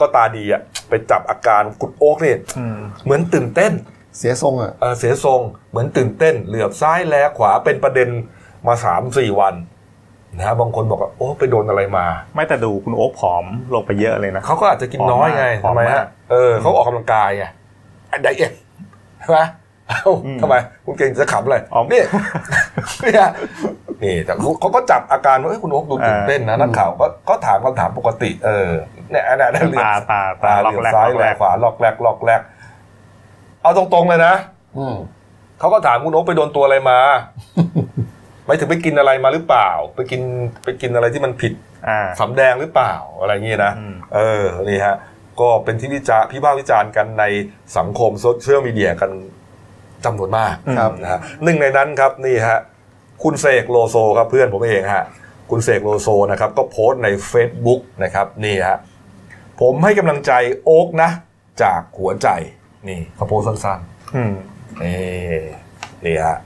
Speaker 1: ก็ตาดีอะไปจับอาการคุณโอ๊คนี่
Speaker 3: อืม
Speaker 1: เหมือนตื่นเต้น
Speaker 2: เสียทรงอ่ะ
Speaker 1: เอ่อเสียทรง เหมือนตื่นเต้น เหลือบซ้ายแลขวาเป็นประเด็นมาสามสี่วันนะฮะบางคนบอกว่าโอ้ไปโดนอะไรมา
Speaker 3: ไม่แต่ดูคุณโอ๊คผอมลงไปเยอะเลยนะ
Speaker 1: เขาก็อาจจะกินน้อยไง
Speaker 3: ผอ
Speaker 1: ทำ
Speaker 3: ม
Speaker 1: ไม
Speaker 3: มากผอมมาก
Speaker 1: ฮะเออเขาออกกำลังกายไงอันใดเอ็ดใช่ไหมเอ้า
Speaker 3: อืม
Speaker 1: ทำไมคุณเก่งจะขำเลย
Speaker 3: อ๋อ [laughs]
Speaker 1: นี่ เนี่ยนี่แต่เขาเขาก็จับอาการว่าเอ้ยคุณโอ๊คดูตื่นเต้นนะ
Speaker 2: เออ
Speaker 1: นักข่าวก็ก็ถามคำถามปกติ เออเนี่ยอันนั้นเหลือบ
Speaker 3: ตาตาตา
Speaker 1: ตาเห
Speaker 3: ล็อก
Speaker 1: ลือบ
Speaker 3: แรก
Speaker 1: ซ้าย
Speaker 3: ล็
Speaker 1: แล
Speaker 3: อกแรก
Speaker 1: ขวาลอกแรกลอกแรกเอาตรงๆเลยนะ
Speaker 2: อืม
Speaker 1: เขาก็ถามคุณโอ๊คไปโดนตัวอะไรมา [laughs] ไม่ถึงไปกินอะไรมาหรือเปล่า ไปกินไปกินอะไรที่มันผิด
Speaker 3: อ่า
Speaker 1: สำแดงหรือเปล่าอะไรอย่างงี้นะ
Speaker 3: อืม
Speaker 1: เออ นี่ฮะ ก็เป็นที่วิจารพิพากษ์วิจารณ์กันในสังคมโซเชียลมีเดียกันจำนวนมาก
Speaker 3: อืม
Speaker 2: ครับ
Speaker 1: นะฮะหนึ่งในนั้นครับนี่ฮะ คุณเสกโลโซครับเพื่อนผมเองฮะ คุณเสกโลโซนะครับ ก็โพสต์ใน Facebook นะครับ นี่ฮะ ผมให้กำลังใจโอ๊กนะ จากหัวใจ นี่เขาโพสต์สั้นๆ
Speaker 3: อืม
Speaker 1: นี่นี่ฮะ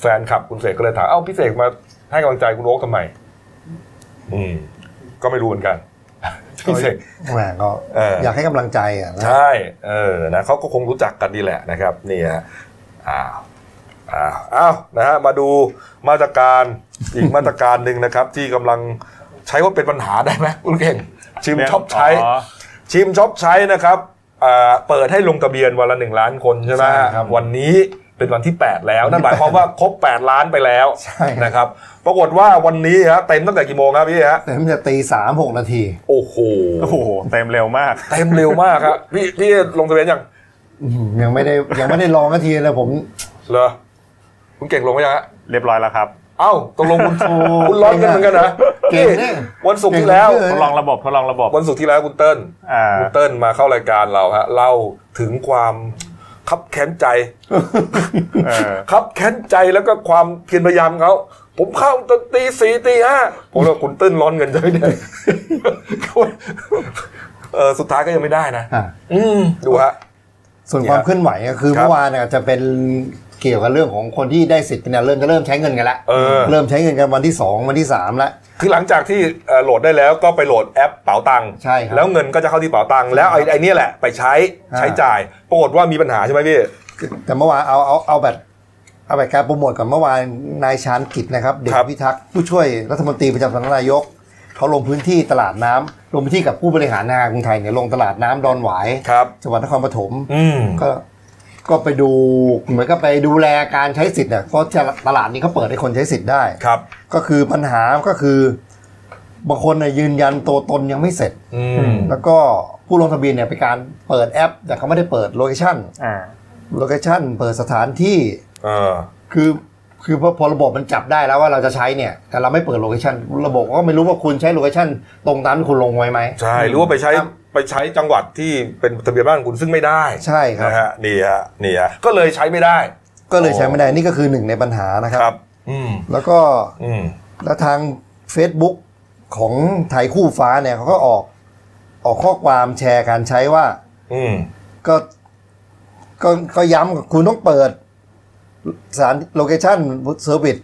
Speaker 1: แฟนคลับคุณเสกก็เลยถาม เอ้าพี่เสกมาให้กำลังใจคุณโอ๊คทำไม อืม ก็ไม่รู้เหมือน [laughs] กัน พี่เสก
Speaker 2: แหมก็
Speaker 1: เอออ
Speaker 2: อยากให้กำลังใจอ่ะนะ
Speaker 1: ใช่ เออ นะเขาก็คงรู้จักกันดีแหละนะครับ นี่ฮะ อ้าว อ้าว อ้าว นะฮะ มาดูมาตรการอีกมาตรการหนึ่งนะครับ ที่กำลังใช้ว่าเป็นปัญหาได้ไหมคุณเก่ง ชิมช็อปใช้ ชิมช็อปใช้นะครับอ่าเปิดให้ลงทะเบียนวันละหนึ่งล้านคนใช่ไหมวันนี้เป็นวันที่ 8 แล้ว นั่นหมายความว่าครบ 8 ล้านไปแล้วนะครับ ปรากฏว่าวันนี้ฮะเต็มตั้งแต่กี่โมงครับพี่ฮะ
Speaker 2: แต่มันจะตีสามหกนาที
Speaker 1: โอ้โห
Speaker 3: โอ้โหเต็มเร็วมาก
Speaker 1: เต็มเร็วมากครับพี่พี่ลงทะเบียนยัง
Speaker 2: อืมยังไม่ได้ยังไม่ได้ลองนาทีเลย
Speaker 1: [laughs]
Speaker 2: ผม
Speaker 1: เหรอคุณเก่งลงไหมยังฮะ
Speaker 3: เรียบร้อยแล้วครับ
Speaker 1: เอ้าตกลงคุณ
Speaker 2: โอ้
Speaker 1: คุณร้อนกันเหมือนกันนะ
Speaker 2: เก่งเนี่ย
Speaker 1: วันศุกร์ที่แล้ว
Speaker 2: เก่งเย
Speaker 3: ทดลองระบบทดลองระบบ
Speaker 1: วันศุกร์ที่แล้วคุณเติ้ล
Speaker 3: อ่า
Speaker 1: คุณเติ้ลมาเข้ารายการเราฮะเล่าถึงความคับแค้นใจ
Speaker 3: เออ
Speaker 1: ครับแค้นใจแล้วก็ความเพียรพยายามเขาผมเข้าตอนตีสี่ตีห้าผมว่าคุณตื้นร้อนเงินใช่ไหมเนี่ย [laughs] เออสุดท้ายก็ยังไม่ได้นะ
Speaker 2: อ่ะ
Speaker 1: อืมดูฮะ
Speaker 2: ส่วนความเคลื่อนไหวก็คือ
Speaker 1: ครับ
Speaker 2: เมื่อวานเนี่ยจะเป็นเกี่ยวกับเรื่องของคนที่ได้สิทธิ์เนี่ยเริ่มจะเริ่มใช้เงินกันละ
Speaker 1: เออ
Speaker 2: เริ่มใช้เงินกันวันที่สองวันที่สามละ
Speaker 1: คือหลังจากที่เอ่อโหลดได้แล้วก็ไปโหลดแอปเป๋าตังค์
Speaker 2: ใช่ครับ
Speaker 1: แล้วเงินก็จะเข้าที่เป๋าตังค์แล้วไอ้ไอ้เนี่ยแหละไปใช้
Speaker 2: อ่า
Speaker 1: ใช้จ่ายปรากฏว่ามีปัญหาใช่ไหมพี่
Speaker 2: แต่เมื่อวานเอาเอาเอาแบบเอาแบบการโปรโมทก่อนเมื่อวานนายชานกิจนะครับ เด็ก
Speaker 1: ครับ
Speaker 2: พิทักษ์ผู้ช่วยรัฐมนตรีประจำสำนักนายกเขาลงพื้นที่ตลาดน้ำลงพื้นที่กับผู้บริหารธนาคารกรุงไทยเนี่ยลงตลาดน้ำดอนหวาย
Speaker 1: ครับ
Speaker 2: จังหวัดนครปฐม
Speaker 1: อืม
Speaker 2: ก็ก็ไปดูเหมือนก็ไปดูแลการใช้สิทธิ์เนี่ยเพราะตลาดนี้เขาเปิดให้คนใช้สิทธิ์ได้
Speaker 1: ครับ
Speaker 2: ก็คือปัญหาก็คือบางคนเนี่ยยืนยันตัวตนยังไม่เสร็จ
Speaker 1: อืม
Speaker 2: แล้วก็ผู้ลงทะเบียนเนี่ยเป็นการเปิดแอป แต่เขาไม่ได้เปิดโลเคชั่น
Speaker 3: อ่า
Speaker 2: โลเคชั่นเปิดสถานที่
Speaker 1: เออ
Speaker 2: คือคือพอพอระบบมันจับได้แล้วว่าเราจะใช้เนี่ย แต่เราไม่เปิดโลเคชันระบบก็ไม่รู้ว่าคุณใช้โลเคชันตรงตามที่คุณลงไว้ไหม
Speaker 1: ใช่ หรือว่าไปใช้
Speaker 2: ครับ
Speaker 1: ไปใช้จังหวัดที่เป็นทะเบียนบ้านคุณซึ่งไม่ได้
Speaker 2: ใช่ครับ
Speaker 1: นะฮะนี่ฮะนี่ฮะก็เลยใช้ไม่ได้
Speaker 2: ก็เลยใช้ไม่ได้นี่ก็คือหนึ่งในปัญหานะค
Speaker 1: ค
Speaker 2: รั
Speaker 1: รับ บ อืม
Speaker 2: แล้วก็
Speaker 1: อืม
Speaker 2: แล้วทาง Facebook ของไทยคู่ฟ้าเนี่ยเขาก็ออกออกข้อความแชร์การใช้ว่า
Speaker 1: อืม
Speaker 2: ก็ก็ก็ย้ำคุณต้องเปิดสถารโลเคชันเซอร์วิส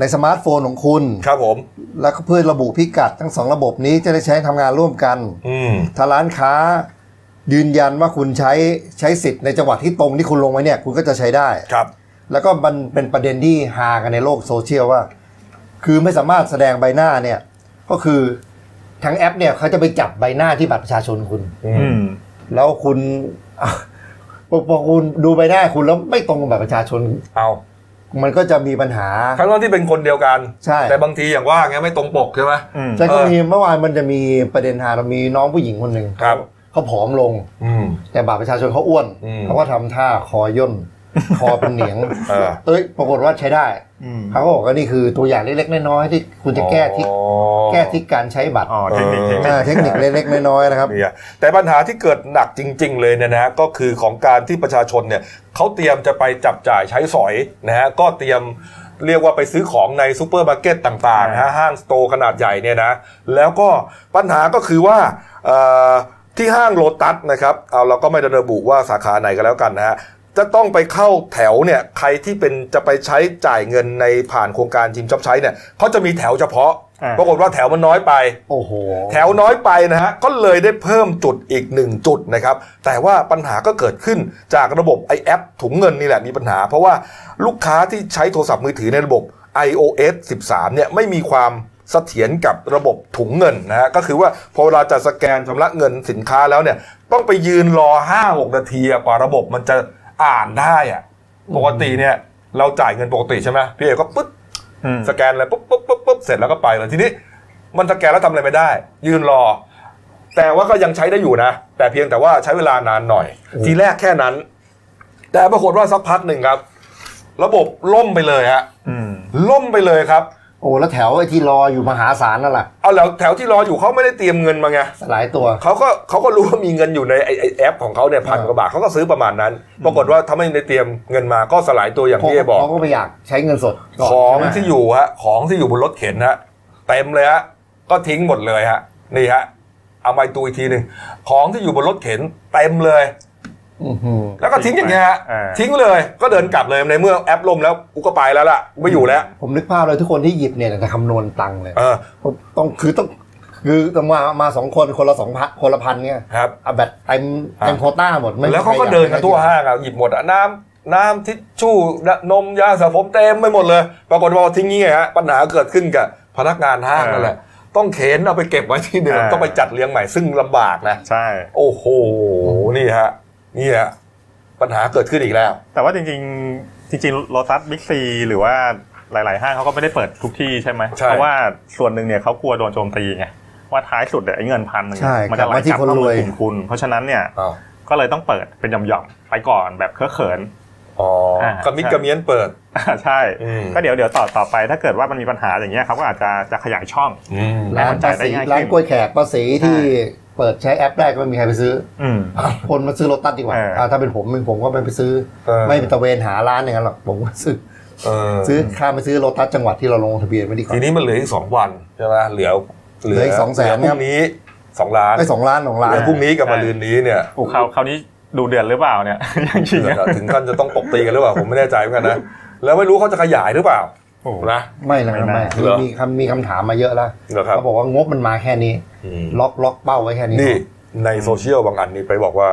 Speaker 2: ในสมาร์ทโฟนของคุณ
Speaker 1: ครับผม
Speaker 2: แล้วก็เพื่อระบุพิกัดทั้งสองระบบนี้จะได้ใช้ทำงานร่วมกัน
Speaker 1: อืม
Speaker 2: ถ้าร้านค้ายืนยันว่าคุณใช้ใช้สิทธิ์ในจังหวัดที่ตรงที่คุณลงไว้เนี่ย คุณก็จะใช้ได้
Speaker 1: ครับ
Speaker 2: แล้วก็มันเป็นประเด็นที่ฮากันในโลกโซเชียลว่า คือไม่สามารถแสดงใบหน้าเนี่ย ก็คือทางแอปเนี่ยเขาจะไปจับใบหน้าที่บัตรประชาชนคุณ
Speaker 3: อืม
Speaker 2: แล้วคุณ [laughs] พอพอคุณดูใบหน้าคุณแล้วไม่ตรงกับบัตรประชาชน
Speaker 1: เอา
Speaker 2: มันก็จะมีปัญหา
Speaker 1: ทั้งนั้นที่เป็นคนเดียวกัน
Speaker 2: ใช่
Speaker 1: แต่บางทีอย่างว่าไงไม่ตรงปกใช่ไหม
Speaker 3: อืม
Speaker 2: แต่ก็
Speaker 1: เออ
Speaker 2: มีเมื่อวานมันจะมีประเด็นหาเรามีน้องผู้หญิงคนหนึ่ง
Speaker 1: ครับ
Speaker 2: เขาผอมลง
Speaker 1: อืม
Speaker 2: แต่บัตรประชาชนเขาอ้วน
Speaker 1: อืม
Speaker 2: เขาก็ทำท่าคอย่
Speaker 1: [laughs]
Speaker 2: น คอเป็นเหนียง
Speaker 1: เออ
Speaker 2: เอ้ย ปรากฏว่าใช้ได้
Speaker 3: อืม
Speaker 2: เขาก็บอกว่านี่คือตัวอย่างเล็กๆน้อยๆที่คุณจะแก้ทิศ
Speaker 1: อ๋อ
Speaker 2: แก้ทิศการใช้บัตร
Speaker 3: อ๋อเทคนิคเทคนิค
Speaker 2: าเทคนิคเล็กๆน้อยๆนะครับ
Speaker 1: เนี่ยแต่ปัญหาที่เกิดหนักจริง ๆ เลยเนี่ยนะฮะก็คือของการที่ประชาชนเนี่ยเขาเตรียมจะไปจับจ่ายใช้สอยนะฮะก็เตรียมเรียกว่าไปซื้อของในซูเปอร์มาร์เก็ตต่างๆนะฮะห้างสโตร์ขนาดใหญ่เนี่ยนะแล้วก็ปัญหาก็คือว่าเอ่อที่ห้างโลตัสนะครับเอาเราก็ไม่ได้ระบุว่าสาขาไหนก็แล้วกันนะฮะจะต้องไปเข้าแถวเนี่ยใครที่เป็นจะไปใช้จ่ายเงินในผ่านโครงการชิมช็อปใช้เนี่ยเขาจะมีแถวเฉพาะ
Speaker 3: อ่า
Speaker 1: ปรากฏว่าแถวมันน้อยไป
Speaker 2: โอ้โห
Speaker 1: แถวน้อยไปนะฮะ ก็เลยได้เพิ่มจุดอีกหนึ่งจุดนะครับ แต่ว่าปัญหาก็เกิดขึ้นจากระบบไอแอปถุงเงินนี่แหละมีปัญหา เพราะว่าลูกค้าที่ใช้โทรศัพท์มือถือในระบบ iOS 13 เนี่ยไม่มีความเสถียรกับระบบถุงเงินนะฮะ ก็คือว่าพอเวลาจะสแกนชำระเงินสินค้าแล้วเนี่ย ต้องไปยืนรอ 5-6 นาทีอะกว่าระบบมันจะอ่านได้อะปกติเนี่ยเราจ่ายเงินปกติใช่ไหมพี่เอกก็ปึ๊ด
Speaker 3: อืม
Speaker 1: สแกนเลยปุ๊บปุ๊บปุ๊บปุ๊บเสร็จแล้วก็ไปเลยทีนี้ มันสแกนแล้วทำอะไรไม่ได้ ยืนรอ แต่ว่าก็ยังใช้ได้อยู่นะ แต่เพียงแต่ว่าใช้เวลานานหน่อย ทีแรกแค่นั้น แต่ปรากฏว่าสักพักหนึ่งครับ ระบบล่มไปเลยฮะ
Speaker 3: อืม
Speaker 1: ล่มไปเลยครับ
Speaker 2: โอ้แล้วแถวไอ้ที่รออยู่มหาศาลนั่นแหละ
Speaker 1: เอาแล้วแถวที่รออยู่เขาไม่ได้เตรียมเงินมาไง
Speaker 2: สลายตัว
Speaker 1: เขาก็เขาก็รู้ว่ามีเงินอยู่ในไอ้ไอ้แอปของเขาเนี่ยพันกว่าบาทเขาก็ซื้อประมาณนั้น ปรากฏว่าถ้าไม่ได้เตรียมเงินมาก็สลายตัวอย่างที่เอบอก
Speaker 2: เขาก็ไม่อยากใช้เงินสดก่น
Speaker 1: ของ
Speaker 2: ใช่ไหม
Speaker 1: ที่อยู่ฮะของที่อยู่บนรถเข็นฮะเต็มเลยฮะก็ทิ้งหมดเลยฮะนี่ฮะเอาไปตูอีกทีหนึ่งของที่อยู่บนรถเข็นเต็มเลย
Speaker 2: อื้อหือ
Speaker 1: แล้วก็ทิ้งอย่างเงี้ยฮะ
Speaker 3: อ่า
Speaker 1: ทิ้งเลยก็เดินกลับเลยในเมื่อแอปล่มแล้วกูก็ไปแล้วล่ะกูไม่อยู่แล้ว
Speaker 2: ผมนึกภาพเลยทุกคนที่หยิบเนี่ยจะคำนวณตังค์เลย
Speaker 1: เออ
Speaker 2: ผมต้องคือต้องคือต้องมามาสองคนคนละสองพันคนละพันเนี่ย
Speaker 1: ครับ
Speaker 2: เอาแบตเต็ม
Speaker 1: ครับ
Speaker 2: เต็มโควต้าหมดไม่มี
Speaker 1: แล้วเขาก็
Speaker 2: ใครอย
Speaker 1: เดินกันทั่วห้างอะหยิบหมดอะน้ำน้ำทิชชู่นมยาสระผมเต็มไปหมดเลย ปรากฏว่าทิ้งงี้ไงฮะปัญหาเกิดขึ้นกับพนักงานห้างนั่นแหละต้องเข็นเอาไปเก็บไว้ที่เดิม
Speaker 3: อ่า
Speaker 1: ต้องไปจัดเลี้ยงใหม่ซึ่งลำบากนะ
Speaker 3: ใช่
Speaker 1: โอ้โห นี่ฮะ นี่ฮะ ปัญหาเกิดขึ้นอีกแล้ว
Speaker 3: แต่ว่าจริงๆ จริงๆโลตัสบิ๊กซีหรือว่าหลาย ๆ ห้างเขาก็ไม่ได้เปิดทุกที่ใช่ไหม
Speaker 1: ใช่
Speaker 3: เพราะว่าส่วนหนึ่งเนี่ยเขากลัวโดนโจมตีไงว่าท้ายสุดเนี่ยไอ้เงินพันหนึ่ง
Speaker 2: ใช่
Speaker 3: มั
Speaker 2: กลั
Speaker 3: จะ
Speaker 2: บ
Speaker 3: ไหล
Speaker 2: มาก ที่
Speaker 3: ลับ
Speaker 2: คน
Speaker 3: เข้ารมื
Speaker 2: ว
Speaker 3: อย กลุ่มคุณเพราะฉะนั้นเนี่ย
Speaker 1: อ้าว
Speaker 3: ก็เลยต้องเปิดเป็นหย่อมๆไปก่อนแบบเคอะเขิน
Speaker 1: อ๋อ
Speaker 3: อ่า
Speaker 1: กระมิดกระเมียนเปิด
Speaker 3: อ่ [laughs] าใช่
Speaker 1: อืม
Speaker 3: ก็เดี๋ยวเดี๋ยวต่อต่อไปถ้าเกิดว่ามันมีปัญหาอย่างเงี้ยเขาก็อาจจะจะขยายช่อง
Speaker 2: ร้าน
Speaker 3: จ่า
Speaker 2: ภาย
Speaker 3: ได้
Speaker 2: ษี
Speaker 3: ง่ายขึ้น
Speaker 2: ร้านกล้วยแขกภาษีที่เปิดใช้แอปได้ก็ไม่มีใครไปซื้อ
Speaker 3: อืม
Speaker 2: คนมาซื้อรถตัดดีกว่า
Speaker 3: เอออ่
Speaker 2: าถ้าเป็นผมผมก็ไม่ไปซื้อ
Speaker 1: เออ
Speaker 2: ไม่ไปตะเวนหาร้านอย่างนั้นหรอกผมก็ซื้อ
Speaker 1: เออ
Speaker 2: ซื้อข้ามไปซื้อรถตัดจังหวัดที่เราลงทะเบียนไว้ดีกว่า
Speaker 1: ทีนี้มันเหลืออีกสองวันใช่ไหมเหลือ
Speaker 2: เหลืออีก200,000
Speaker 1: เหลืพรุ่งนี้สองล้าน
Speaker 2: ไอ้สองล้านสองล้า
Speaker 1: เห
Speaker 2: น
Speaker 1: ลือพรุ่งนี้กับมะรืนนี้เนี่ย
Speaker 3: โอ้เขาเขาวนี้ดูเดือดหรือเปล่าเนี่ย [laughs] ยังจริง
Speaker 1: เดี๋ย
Speaker 3: อะ
Speaker 1: วถึงขั้นจะต้องตบตีกันหรือเปล่า ผมไม่แน่ใจเหมือนกันนะ แล้วไม่รู้เขาจะขยายหรือเปล่า
Speaker 3: โอ้โห
Speaker 1: นะ
Speaker 2: ไม่นะครับ
Speaker 3: ไม่
Speaker 2: ไม่
Speaker 3: น่า
Speaker 2: คือ
Speaker 1: เหรอ
Speaker 2: มีคำมีคำถามมาเยอะแล้ว
Speaker 1: เหรอครับ
Speaker 2: เขาบอกว่างบมันมาแค่นี้ ล็อกล็อกเป้าไว้แค่นี้
Speaker 1: นี่ในโซเชียลบางอันนี่ไปบอกว่า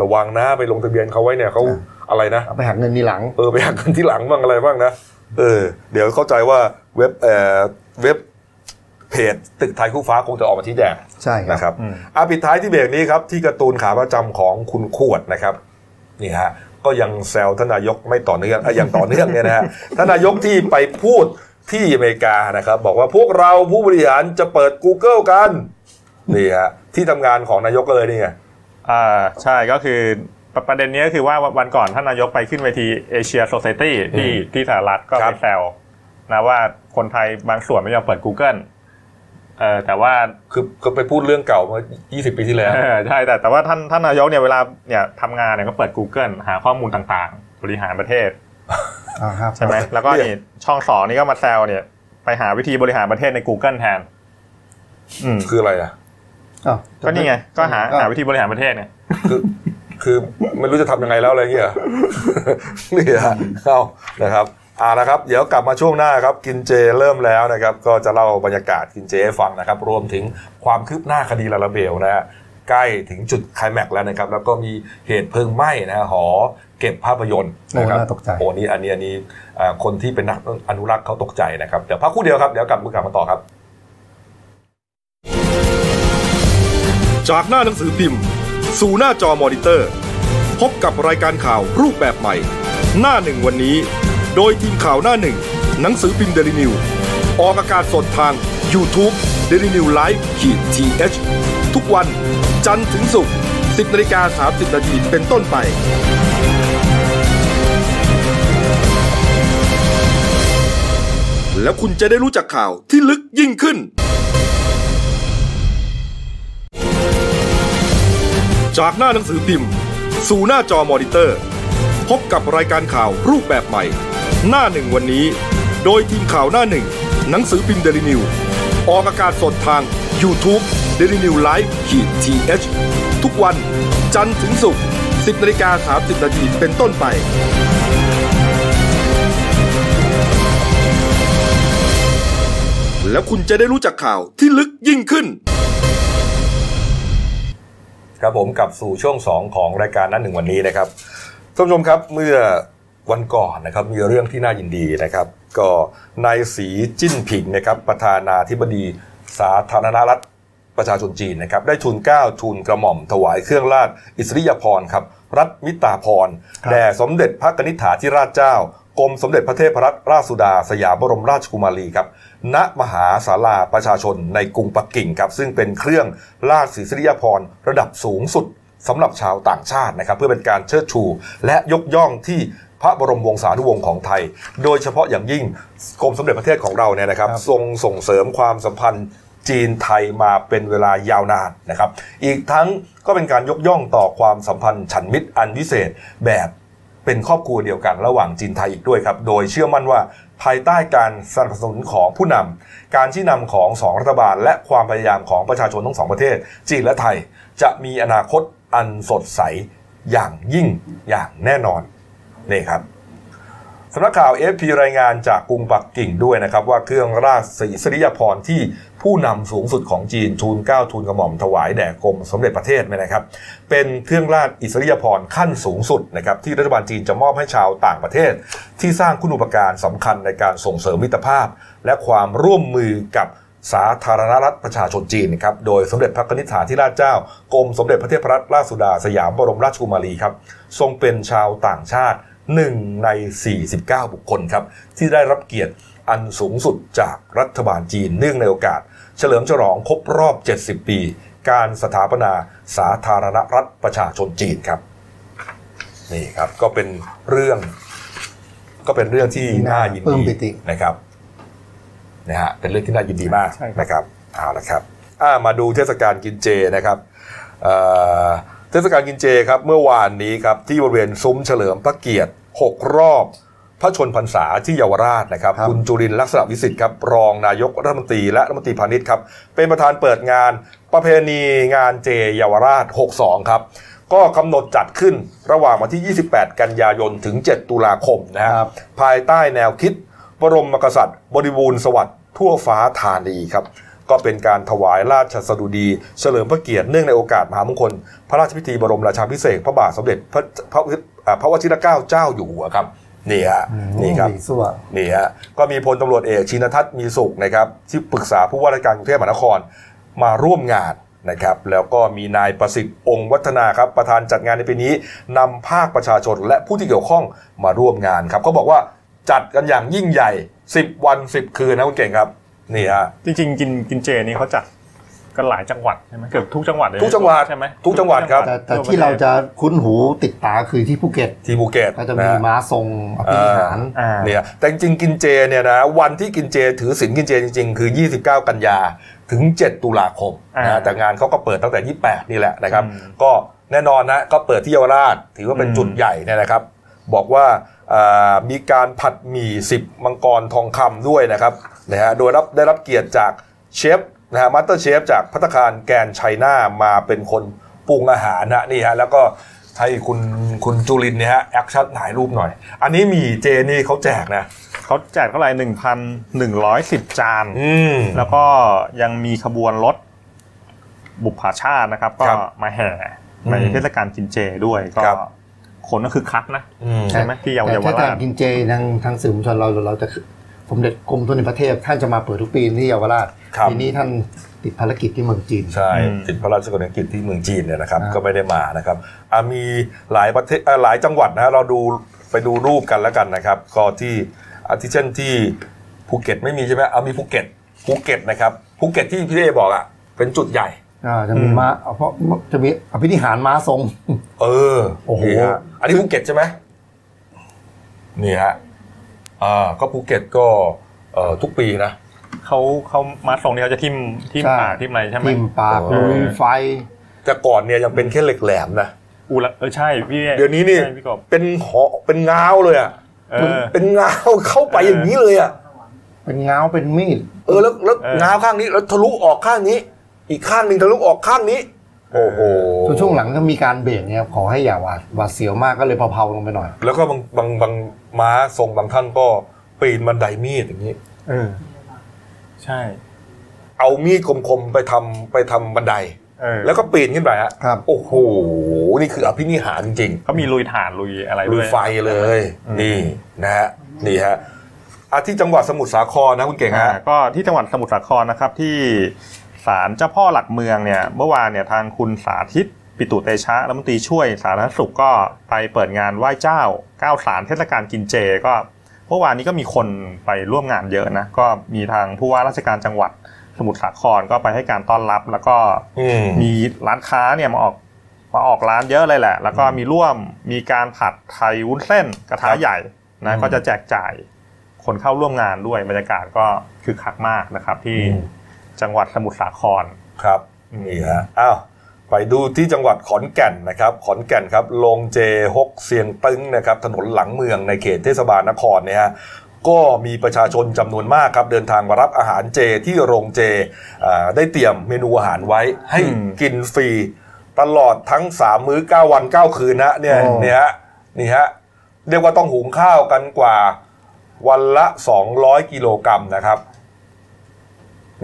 Speaker 1: ระวังนะไปลงทะเบียนเขาไว้เนี่ยเขาอะไรนะ
Speaker 2: เอาไปหักเงินทีหลัง
Speaker 1: เออไปหักกันที่หลังบ้างอะไรบ้างนะ เออ เดี๋ยวเข้าใจว่าเว็บเอ่อเว็บเพจตึกไทยคู่ฟ้าคงจะออกมาชี้แจง
Speaker 2: ใช่ค
Speaker 1: นะค
Speaker 2: รั
Speaker 1: รับ บอ่ะปิดท้ายที่เบรกนี้ครับ ที่การ์ตูนขาประจำของคุณขวดนะครับ นี่ฮะ ก็ยังแซวท่านนายกไม่ต่อเนื่องเอ้ยอย่างต่อเนื่องเนี่ยนะ
Speaker 3: [laughs]
Speaker 1: ฮะ ท่านนายกที่ไปพูดที่อเมริกานะครับ บอกว่าพวกเราผู้บริหารจะเปิด Google กันนี่ฮะที่ทำงานของนายกเลยนี่ไง
Speaker 3: อ่าใช่ก็คือประประเด็นนี้ก็คือว่าวันก่อนท่านนายกไปขึ้นเวทีเอเชียโซซ t ตี้ที่ที่สหรัฐก็
Speaker 1: ครั
Speaker 3: ไป
Speaker 1: บ
Speaker 3: แซวนะว่าคนไทยบางส่วนไม่ยอมเปิด Google เออแต่ว่า [laughs]
Speaker 1: คือก็ไปพูดเรื่องเก่าเมื่อ20 ปีที่แล้ว
Speaker 3: เออใช่แต่แต่ว่าท่านท่านนายกเนี่ยเวลาเนี่ยทำงานเนี่ยก็เปิด Google หาข้อมูลต่างๆ บริหารประเทศ
Speaker 2: อ่าครับ
Speaker 3: ใช่ไหมแล้วก็นี่ช่องสองนี่ก็มาแซวเนี่ย ไปหาวิธีบริหารประเทศใน Google แทน อืม
Speaker 1: คืออะไรอ่ะ
Speaker 2: อ้าว
Speaker 3: ก็นี่ไงก็หาหาวิธีบริหารประเทศเนี่ย
Speaker 1: คือคือไม่รู้จะทำยังไงแล้วอะไรเงี้ย [laughs] นี่ฮะเอานะครับอ่านะครับ เดี๋ยวกลับมาช่วงหน้าครับ กินเจเริ่มแล้วนะครับ ก็จะเล่าบรรยากาศกินเจให้ฟังนะครับ รวมถึงความคืบหน้าคดีลาลาเบลนะฮะ ใกล้ถึงจุดไคลแม็กซ์แล้วนะครับ แล้วก็มีเหตุเพลิงไหม้นะฮะหอเก็บภาพยนตร์นะครั
Speaker 2: โอ้น่าตกใจ
Speaker 1: โอ้นี่อันนี้อันนี้อ่าคนที่เป็นนักอนุรักษ์เขาตกใจนะครับเดี๋ยวพักครู่เดียวครับเดี๋ยวกลับมือกลับมาต่อครับ
Speaker 4: จากหน้าหนังสือพิมพ์ สู่หน้าจอมอนิเตอร์ พบกับรายการข่าวรูปแบบใหม่ หน้าหนึ่งวันนี้ โดยทีมข่าวหน้าหนึ่ง หนังสือพิมพ์เดลิวิวออกอากาศสดทาง y o u t u เด d ิวิวไลฟ์ขีดทีเทุกวันจันทร์ถึงศุกร์10นาฬิกา30นาทีเป็นต้นไป แล้วคุณจะได้รู้จักข่าวที่ลึกยิ่งขึ้น จากหน้าหนังสือพิมพ์ สู่หน้าจอมอนิเตอร์ พบกับรายการข่าวรูปแบบใหม่ หน้าหนึ่งวันนี้ โดยทีมข่าวหน้าหนึ่ง หนังสือพิมพ์เดลิวิวออกอากาศสดทาง y o u t u เด d ิวิวไลฟ์ขีดทีเทุกวัน จันทร์ถึงศุกร์10นาฬิกา30นาทีเป็นต้นไป แล้วคุณจะได้รู้จักข่าวที่ลึกยิ่งขึ้น
Speaker 1: ครับผมกลับสู่ช่วง 2 ของรายการนั้นหนึ่งวันนี้นะครับท่านผู้ชมครับเมื่อวันก่อนนะครับมีเรื่องที่น่ายินดีนะครับ ก็นายสีจิ้นผิงนะครับประธานาธิบดีสาธารณรัฐประชาชนจีนนะครับได้ทุนเกล้าทุนกระหม่อมถวายเครื่องราชอิสริยาภรณ์ครับรัฐมิตราภรณ์
Speaker 3: ครับ
Speaker 1: แด่สมเด็จพระกนิษฐาธิราชเจ้ากรมสมเด็จพระเทพรัตนราชสุดาสยามบรมราชกุมารีครับณมหาศาลาประชาชนในกรุงปักกิ่งครับซึ่งเป็นเครื่องราชอิสริยาภรณ์ระดับสูงสุด สำหรับชาวต่างชาตินะครับเพื่อเป็นการเชิดชู และยกย่องที่พระบรมวงศานุวงศ์ของไทย โดยเฉพาะอย่างยิ่งกรมสมเด็จประเทศของเราเนี่ยนะครับ ทรงส่งเสริมความสัมพันธ์จีนไทยมาเป็นเวลายาวนานนะครับ อีกทั้งก็เป็นการยกย่องต่อความสัมพันธ์ฉันมิตรอันวิเศษแบบ เป็นครอบครัวเดียวกันระหว่างจีนไทยอีกด้วยครับ โดยเชื่อมั่นว่าภายใต้การสนับสนุนของผู้นำการชี้นำของสองรัฐบาล และความพยายามของประชาชนทั้งสองประเทศ จีนและไทย จะมีอนาคตอันสดใสอย่างยิ่งอย่างแน่นอน นี่ครับสำนักข่าว FP รายงานจากกรุงปักกิ่งด้วยนะครับ ว่าเครื่องราชสีสริยาภรณ์ที่ผู้นำสูงสุดของจีนทูลเกล้าทูลกระหม่อมถวายแด่กรมสมเด็จประเทศเนี่ยนะครับ เป็นเครื่องราชอิสริยาภรณ์ขั้นสูงสุดนะครับที่รัฐบาลจีนจะมอบให้ชาวต่างประเทศ ที่สร้างคุณูปการสำคัญในการส่งเสริมมิตรภาพ และความร่วมมือกับสาธารณรัฐประชาชนจีนนะครับโดยสมเด็จพระนิษฐาธิราชเจ้ากรมสมเด็จพระเทพรัตนราชสุดาสยามบรมราชกุมารีครับทรงเป็นชาวต่างชาติ 1 ใน 49 บุคคลครับ ที่ได้รับเกียรติอันสูงสุดจากรัฐบาลจีนเนื่องในโอกาส เฉลิมฉลองครบรอบ 70 ปี การสถาปนาสาธารณรัฐประชาชนจีนครับ นี่ครับก็เป็นเรื่อง ก็เป็นเรื่องที่น่ายิน
Speaker 2: ปลื้
Speaker 1: ดี
Speaker 2: มปิติ
Speaker 1: นะครับนะฮะเป็นเรื่องที่น่ายินดีมาก
Speaker 3: ใช่ครับ
Speaker 1: นะครับเอาละครับอ่ามาดูเทศกาลกินเจนะครับเอ่อเทศกาลกินเจครับเมื่อวานนี้ครับที่บริเวณซุ้มเฉลิมพระเกียรติ 6 รอบ พระชนพรรษาที่เยาวราชนะครับ
Speaker 2: ครับ
Speaker 1: คุณจุรินทร์ลักษณะวิสิทธิ์ครับรองนายกรัฐมนตรีและรัฐมนตรีพาณิชย์ครับ เป็นประธานเปิดงานประเพณีงานเจเยาวราช 62 ครับ ก็กำหนดจัดขึ้นระหว่างวันที่ 28 กันยายนถึง 7 ตุลาคมนะฮะ
Speaker 2: ครับ
Speaker 1: ภายใต้แนวคิด บรมมกษัตริย์ บริบูรณ์สวัสดิ์ทั่วฟ้าธานีครับ ก็เป็นการถวายราชสดุดี เฉลิมพระเกียรติเนื่องในโอกาสมหามงคล พระราชพิธีบรมราชาภิเษกพระบาทสมเด็จพระพระอ่าพระวชิรเกล้าเจ้าอยู่หัวครับนี่ฮะนี่ครับ
Speaker 2: สีสั่ว
Speaker 1: นี่ฮะก็มีพลตำรวจเอกชินทัศน์มีสุขนะครับที่ปรึกษาผู้ว่าราชการกรุงเทพมหานครมาร่วมงานนะครับ แล้วก็มีนายประสิทธิ์องค์วัฒนาครับประธานจัดงานในปีนี้นำภาคประชาชนและผู้ที่เกี่ยวข้องมาร่วมงานครับเขาบอกว่าจัดกันอย่างยิ่งใหญ่ 10 วัน 10 คืนนะคุณเก่งครับนี่ฮะ
Speaker 3: จริงๆกินกินเจนี่เขาจัดกันหลายจังหวัดใช่ไหมเกือบทุกจังหวัดเลย
Speaker 1: ทุกจังหวัด
Speaker 3: ใช่ไหม
Speaker 1: ทุกจังหวัดครับ
Speaker 2: แต่แต่ที่เราจะคุ้นหูติดตาคือที่ภูเก็ต
Speaker 1: ที่ภูเก็ต
Speaker 2: ก็จะมี
Speaker 1: นะฮะ
Speaker 2: ม้าทรงอภินิหาร
Speaker 1: อ่า
Speaker 3: อ่า
Speaker 1: เนี่ยแต่จริงๆกินเจเนี่ยนะวันที่กินเจถือศีลกินเจจริงๆ คือ 29 กันยาถึง 7 ตุลาคม
Speaker 3: อ่า
Speaker 1: นะแต่งานเขาก็เปิดตั้งแต่ 28 นี่แหละนะครับ
Speaker 3: อืม
Speaker 1: ก็แน่นอนนะก็เปิดที่เยาวราช ถือว่าเป็น
Speaker 3: อืม
Speaker 1: จุดใหญ่เนี่ยนะครับ บอกว่าอ่ามีการผัดหมี่ 10 มังกรทองคำด้วยนะครับนะฮะโดยรับได้รับเกียรติจากเชฟนะฮะมาสเตอร์เชฟจากพัตตาคารแกรนด์ไชน่ามาเป็นคนปรุงอาหารนะนี่ฮะแล้วก็ ให้คุณคุณจุลินเนี่ยฮะแอคชั่นถ่ายรูปหน่อย อันนี้หมีเจนี่เขาแจกนะ
Speaker 3: เขาแจกเท่าไหร่หนึ่งพันหนึ่งร้อยสิบจาน
Speaker 1: อืม
Speaker 3: แล้วก็ยังมีขบวนรถ บุพชาตินะครับ ก็
Speaker 1: ครับ
Speaker 3: มาแห่ใน
Speaker 1: อืม
Speaker 3: เทศกาลกินเจด้วยก็
Speaker 1: ครับ
Speaker 3: คนก็คือคักนะ
Speaker 1: อืม
Speaker 3: ใช่ไหมที่เยาว
Speaker 2: แต่
Speaker 3: เยาว
Speaker 2: ถ้า
Speaker 3: รา
Speaker 2: แต่
Speaker 3: ช
Speaker 2: กินเจทางทางสื่อมวลชนเราเราจะสมเด็จกรมทุนในประเทศท่านจะมาเปิดทุกปีที่เยาวราช
Speaker 1: ครับ
Speaker 2: ปีนี้ท่านติดภารกิจที่เมืองจีน
Speaker 1: ใช่
Speaker 3: อืม
Speaker 1: ติดพระราชกรณียกิจที่เมืองจีนเนี่ยนะครับ
Speaker 2: อ่า
Speaker 1: ก็ไม่ได้มานะครับอ่ะมีหลายประเทศเอ่อหลายจังหวัดนะฮะเราดูไปดูรูปกันแล้วกันนะครับ ก็ที่อ่ะที่เช่นที่ภูเก็ตไม่มีใช่ไหมเอามีภูเก็ตภูเก็ตนะครับภูเก็ตที่พี่เอบอกอ่ะเป็นจุดใหญ่
Speaker 2: อ่าจะมีม้าเอาเพราะจะมีอภินิหารม้าทรง
Speaker 1: เออ
Speaker 2: โอ้โห
Speaker 1: นี่ฮะอันนี้ภูเก็ตใช่ไหมนี่ฮะอ่าก็ภูเก็ตก็เอ่อทุกปีนะ
Speaker 3: เขาเขามาส่งนี่เขาจะทิมทิมปากทิมอะไรใช่ไหม
Speaker 2: ทิมปาก
Speaker 1: เออ
Speaker 2: ลุยไฟ
Speaker 1: แต่ก่อนเนี่ยยังเป็นแค่เหล็กแหลมนะ
Speaker 3: อูละเออใช่พี่
Speaker 1: เดี๋ยวนี้นี่
Speaker 3: ใช่พี่กบ
Speaker 1: เป็นหอเป็นง้าวเลยอ่ะ
Speaker 3: เออ
Speaker 1: เป็นง้าวเข้าไปอย่างนี้เลยอ่ะ
Speaker 2: เป็นเงาเป็นมีด
Speaker 1: เออแล้วแล้ว
Speaker 3: เออ
Speaker 1: ง้าวข้างนี้แล้วทะลุออกข้างนี้ อีกข้างหนึ่งทะลุออกข้างนี้ โอ้โห
Speaker 2: ช่วงหลังก็มีการเบรกเนี่ยขอให้อย่าหวาดหวาดเสียวมากก็เลยเผาๆลงไปหน่อย
Speaker 1: แล้วก็บางบางบางม้าทรงบางท่านก็ปีนบันไดมีดอย่างนี้
Speaker 3: เออ ใช่
Speaker 1: เอามีดคมๆไปทำไปทำบันได
Speaker 3: เออ
Speaker 1: แล้วก็ปีนขึ้นไปฮะ
Speaker 2: ครับ
Speaker 1: โอ้โหนี่คืออภินิหารจริง
Speaker 3: เขามีลุยฐานลุยอะไร
Speaker 1: ๆลุ
Speaker 3: ด้วย ย
Speaker 1: ไฟเลย นี่นะฮะนี่ฮะอาที่จังหวัดสมุทรสาครนะคุณเก่ง
Speaker 3: อ่า
Speaker 1: ฮะ
Speaker 3: ก็ที่จังหวัดสมุทรสาครนะครับที่ศาลเจ้าพ่อหลักเมืองเนี่ยเมื่อวานเนี่ยทางคุณสาธิตปิตุเตชะรัฐมนตรีช่วยสาธารณสุขก็ไปเปิดงานไหว้เจ้าเก้าสารเทศกาลกินเจ ก็เมื่อวานนี้ก็มีคนไปร่วมงานเยอะนะก็มีทางผู้ว่าราชการจังหวัดสมุทรสาครก็ไปให้การต้อนรับ แล้วก็
Speaker 1: อืม
Speaker 3: มีร้านค้าเนี่ยมาออกมาออกร้านเยอะเลยแหละ แล้วก็มีร่วมมีการผัดไทยวุ้นเส้นกระทะใหญ่นะก็จะแจกจ่าย คนเข้าร่วมงานด้วยบรรยากาศก็คือคักมากนะครับ ที่
Speaker 1: อืม
Speaker 3: จังหวัดสมุทรสาคร
Speaker 1: ครับนี่ฮะอ้าวไปดูที่จังหวัดขอนแก่นนะครับ ขอนแก่นครับโรงเจฮกเซียงตึ้งนะครับ ถนนหลังเมืองในเขตเทศบาลนครเนี่ยฮะก็มีประชาชนจำนวนมากครับ เดินทางมารับอาหารเจที่โรงเจอ่าได้เตรียมเมนูอาหารไว้ให้
Speaker 3: อืม
Speaker 1: กินฟรีตลอดทั้ง 3 มื้อ 9 วัน 9 คืนนะเนี่ย
Speaker 2: โอ้
Speaker 1: เนี่ยฮะนี่ฮะเรียกว่าต้องหุงข้าวกันกว่า วันละ 200 กิโลกรัมนะครับ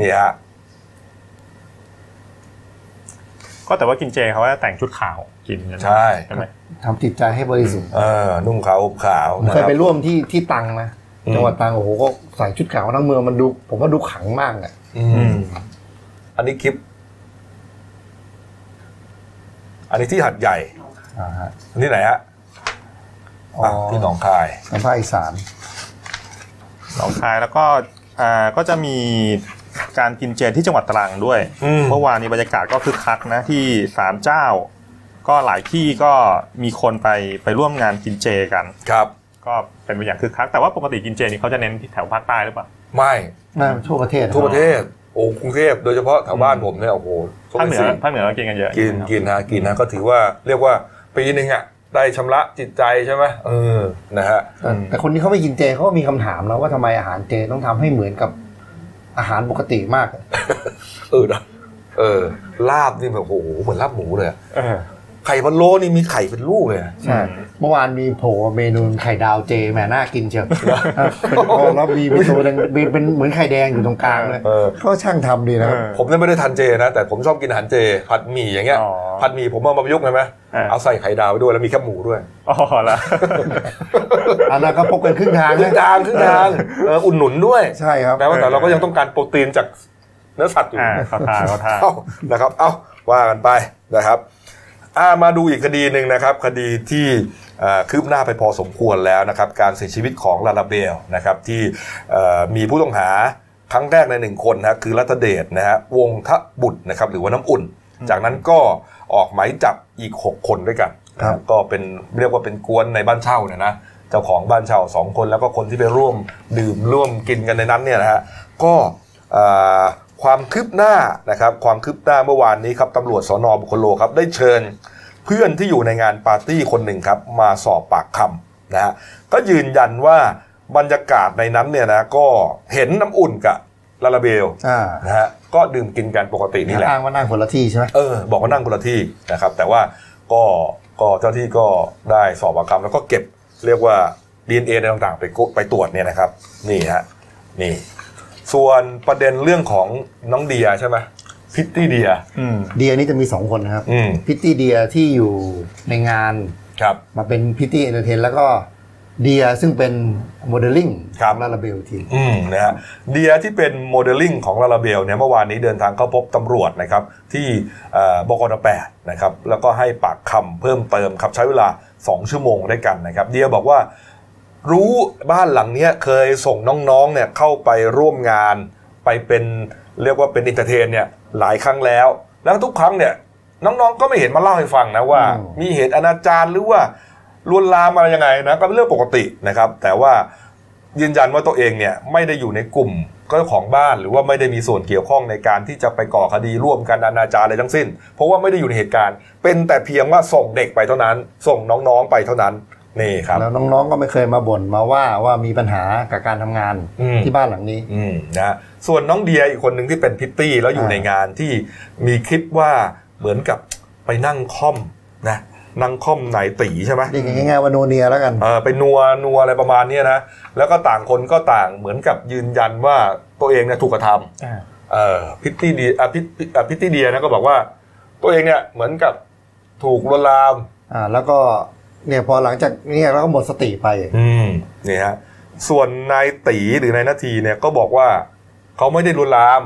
Speaker 1: นี่ฮะ
Speaker 3: ก็แต่ว่ากินเจเขาก็จะแต่งชุดขาวกินกัน
Speaker 1: ใช่
Speaker 3: ใช่ไหม
Speaker 2: ทำจิตใจให้บริสุทธิ์
Speaker 1: เออนุ่งขาวห่มขาว
Speaker 2: ผม
Speaker 1: นะ
Speaker 2: เค
Speaker 1: ค
Speaker 2: ย
Speaker 1: รับ
Speaker 2: ไปร่วมที่ที่ตรังนะ
Speaker 1: อืม
Speaker 2: จังหวัดตรังโอ้โหก็ใส่ชุดขาวทั้งเมืองมันดู ผมว่าดูขลังมากเนี่ย
Speaker 1: อืมอันนี้คลิป อันนี้ที่หัดใหญ่
Speaker 2: อ่าฮะ
Speaker 1: อันนี้ไหนฮะ
Speaker 2: อ๋อ
Speaker 1: อ่ะที่หนองคาย
Speaker 2: ทางภาคอีสาน
Speaker 3: หนองคายแล้วก็อ่าก็จะมีการกินเจที่จังหวัดตรังด้วย
Speaker 1: อืม
Speaker 3: เมื่อวานนี้บรรยากาศก็คือคักนะที่ศาลเจ้า ก็หลายที่ก็มีคนไปไปร่วมงานกินเจกัน
Speaker 1: ครับ
Speaker 3: ก็เป็นไปอย่างคึกคักแต่ว่าปกติกินเจนี่เขาจะเน้นที่แถวภาคใต้หรือเปล่า
Speaker 1: ไม่
Speaker 2: น่าจะทั่วประเทศนะ
Speaker 1: ทั่วประเทศ โอ้กรุงเทพโดยเฉพาะแถวบ้านผมเนี่ยโอ้โห
Speaker 3: ภาคเหนือ
Speaker 1: สี่
Speaker 3: ภาคเหนือก็กินกันเยอะ
Speaker 1: กินกินฮะกินฮะก็ถือว่า เรียกว่าปีหนึ่งอ่ะ ได้ชำระจิตใจใช่ไหมเออนะฮะ
Speaker 2: แต่แต่คนที่เขาไม่กินเจเขาก็มีคำถามแล้วว่าทำไมอาหารเจต้องทำให้เหมือนกับอาหารปกติมาก
Speaker 1: เออนะเออ ลาบนี่แบบโอ้โหเหมือนลาบหมูเลยอะ
Speaker 3: เออ
Speaker 1: ไข่พะโล้นี่มีไข่เป็นลูกเลยอะ
Speaker 2: ใช่เมื่อวานมีโผล่เมนูไข่ดาวเจแหมน่ากินเชียวเป็นโอ้แล้วมีเป็นตัวแดงเป็นเป็นเหมือนไข่แดงอยู่ตรงกลางเลย
Speaker 1: เออ
Speaker 2: ก็ช่างทำดีนะครับ
Speaker 3: เออ
Speaker 1: ผมเนี่ยไม่ได้ทานเจนะ แต่ผมชอบกินอาหารเจ ผัดหมี่อย่างเงี้ย
Speaker 3: อ๋อ
Speaker 1: ผัดหมี่ผมเอามาประยุกต์ไงไหม
Speaker 3: อ่า
Speaker 1: เอาใส่ไข่ดาวไปด้วยแล้วมีแคบหมูด้วย
Speaker 3: อ๋อ
Speaker 2: [laughs]
Speaker 3: ละ
Speaker 2: อันนั้นก็พบกันครึ่งทาง
Speaker 1: ครึ่
Speaker 2: นะ
Speaker 1: งทางครึ่งทางเอออุ่นหนุนด้วย
Speaker 2: ใช่ครับ
Speaker 1: แม้ว่าแต่เราก็ยังต้องการโปรตีนจากเนื้อสัตว์อยู่
Speaker 3: อ่าเขาทาเขาทา
Speaker 1: เอ้านะครับ เอ้าว่ากันไปนะครับอ่ามาดูอีกคดีหนึ่งนะครับ คดีที่อ่าคืบหน้าไปพอสมควรแล้วนะครับ การเสียชีวิตของลาลาเบลนะครับที่เอ่อมีผู้ต้องหาครั้งแรกในหนึ่งคนนะคือรัตเดชนะฮะวงทบุตรนะครับหรือว่าน้ำอุ่น จากนั้นก็ออกหมายจับอีก 6 คนด้วยกัน
Speaker 2: ครับ
Speaker 1: นะก็เป็นเรียกว่าเป็นกวนในบ้านเช่าเนี่ยนะเจ้าของบ้านเช่า 2 คนแล้วก็คนที่ไปร่วมดื่มร่วมกินกันในนั้นเนี่ยนะฮะก็เอ่อความคืบหน้านะครับความคืบหน้าเมื่อวานนี้ครับตำรวจสนบุคโลครับได้เชิญ เพื่อนที่อยู่ในงานปาร์ตี้คนหนึ่งครับมาสอบปากคำนะฮะก็ยืนยันว่าบรรยากาศในนั้นเนี่ยนะก็เห็นน้ำอุ่นกับลาลาเบล
Speaker 2: อ่า
Speaker 1: นะฮะก็ดื่มกินกันปกตินี่แหละ
Speaker 2: อ้างว่านั่งคนละที่ใช่ไหม
Speaker 1: เออบอกว่านั่งคนละที่นะครับ แต่ว่าก็ก็เจ้าที่ก็ได้สอบปากคำแล้วก็เก็บเรียกว่า DNA ในต่างๆ ไปกุไปตรวจเนี่ยนะครับ นี่ฮะนี่ ส่วนประเด็นเรื่องของน้องเดียใช่ไหม พิตตี้เดีย
Speaker 3: อืม
Speaker 2: เดียนี่จะมี 2 คนนะครับ
Speaker 1: อืม
Speaker 2: พิตตี้เดียที่อยู่ในงาน
Speaker 1: ครับ
Speaker 2: มาเป็นพิตตี้เอนเตอร์เทนแล้วก็เดียซึ่งเป็นโมเดลลิ่ง
Speaker 1: ครับ
Speaker 2: ลาลาเบลที
Speaker 1: อืมนะฮะเดียที่เป็นโมเดลลิ่งของลาลาเบลเนี่ยเมื่อวานนี้เดินทางเข้าพบตำรวจนะครับที่เอ่อบกนแปดนะครับแล้วก็ให้ปากคำเพิ่มเติมครับใช้เวลา 2 ชั่วโมงด้วยกันนะครับเดียบอกว่ารู้บ้านหลังเนี้ยเคยส่งน้องๆเนี่ยเข้าไปร่วมงานไปเป็นเรียกว่าเป็นอินเตอร์เทนเนี่ยหลายครั้งแล้ว แล้วทุกครั้งเนี่ยน้องๆก็ไม่เห็นมาเล่าให้ฟังนะว่า
Speaker 2: อืม
Speaker 1: มีเหตุอนาจารหรือว่าลวนลามอะไรยังไงนะก็เป็นเรื่องปกตินะครับแต่ว่า ยืนยันว่าตัวเองเนี่ยไม่ได้อยู่ในกลุ่มเจ้าของบ้านหรือว่าไม่ได้มีส่วนเกี่ยวข้องในการที่จะไปก่อคดีร่วมกันอนาจารอะไรทั้งสิ้น เพราะว่าไม่ได้อยู่ในเหตุการณ์ เป็นแต่เพียงว่าส่งเด็กไปเท่านั้น ส่งน้องๆไปเท่านั้นนี่ครับ
Speaker 2: แล้วน้องๆก็ไม่เคยมาบ่นมาว่าว่ามีปัญหากับการทำงาน
Speaker 1: อืม
Speaker 2: ที่บ้านหลังนี้
Speaker 1: อืมนะฮะส่วนน้องเดียอีกคนหนึ่งที่เป็นพิตตี้แล้วอยู่
Speaker 2: อ่า
Speaker 1: ในงานที่มีคลิปว่าเหมือนกับไปนั่งค่อมนะนั่งค่อมนายตีใช่ไหม
Speaker 2: เรียกง่ายๆว่าโนเนียแล้วกัน
Speaker 1: เออเป็นนัวนัวอะไรประมาณเนี้ยนะแล้วก็ต่างคนก็ต่างเหมือนกับยืนยันว่าตัวเองเนี่ยถูกกระท
Speaker 3: อ่า
Speaker 1: ำเออพิตตี้เดียอ่ะพิตอ่ะพิตตี้เดียนะก็บอกว่า ตัวเองเนี่ยเหมือนกับถูกลวนลาม
Speaker 2: อ่าแล้วก็เนี่ยพอหลังจากเนี่ยเราก็หมดสติไป
Speaker 1: อืมนี่ฮะส่วนนายตีหรือนายนาทีเนี่ยก็บอกว่าเขาไม่ได้ลวนลาม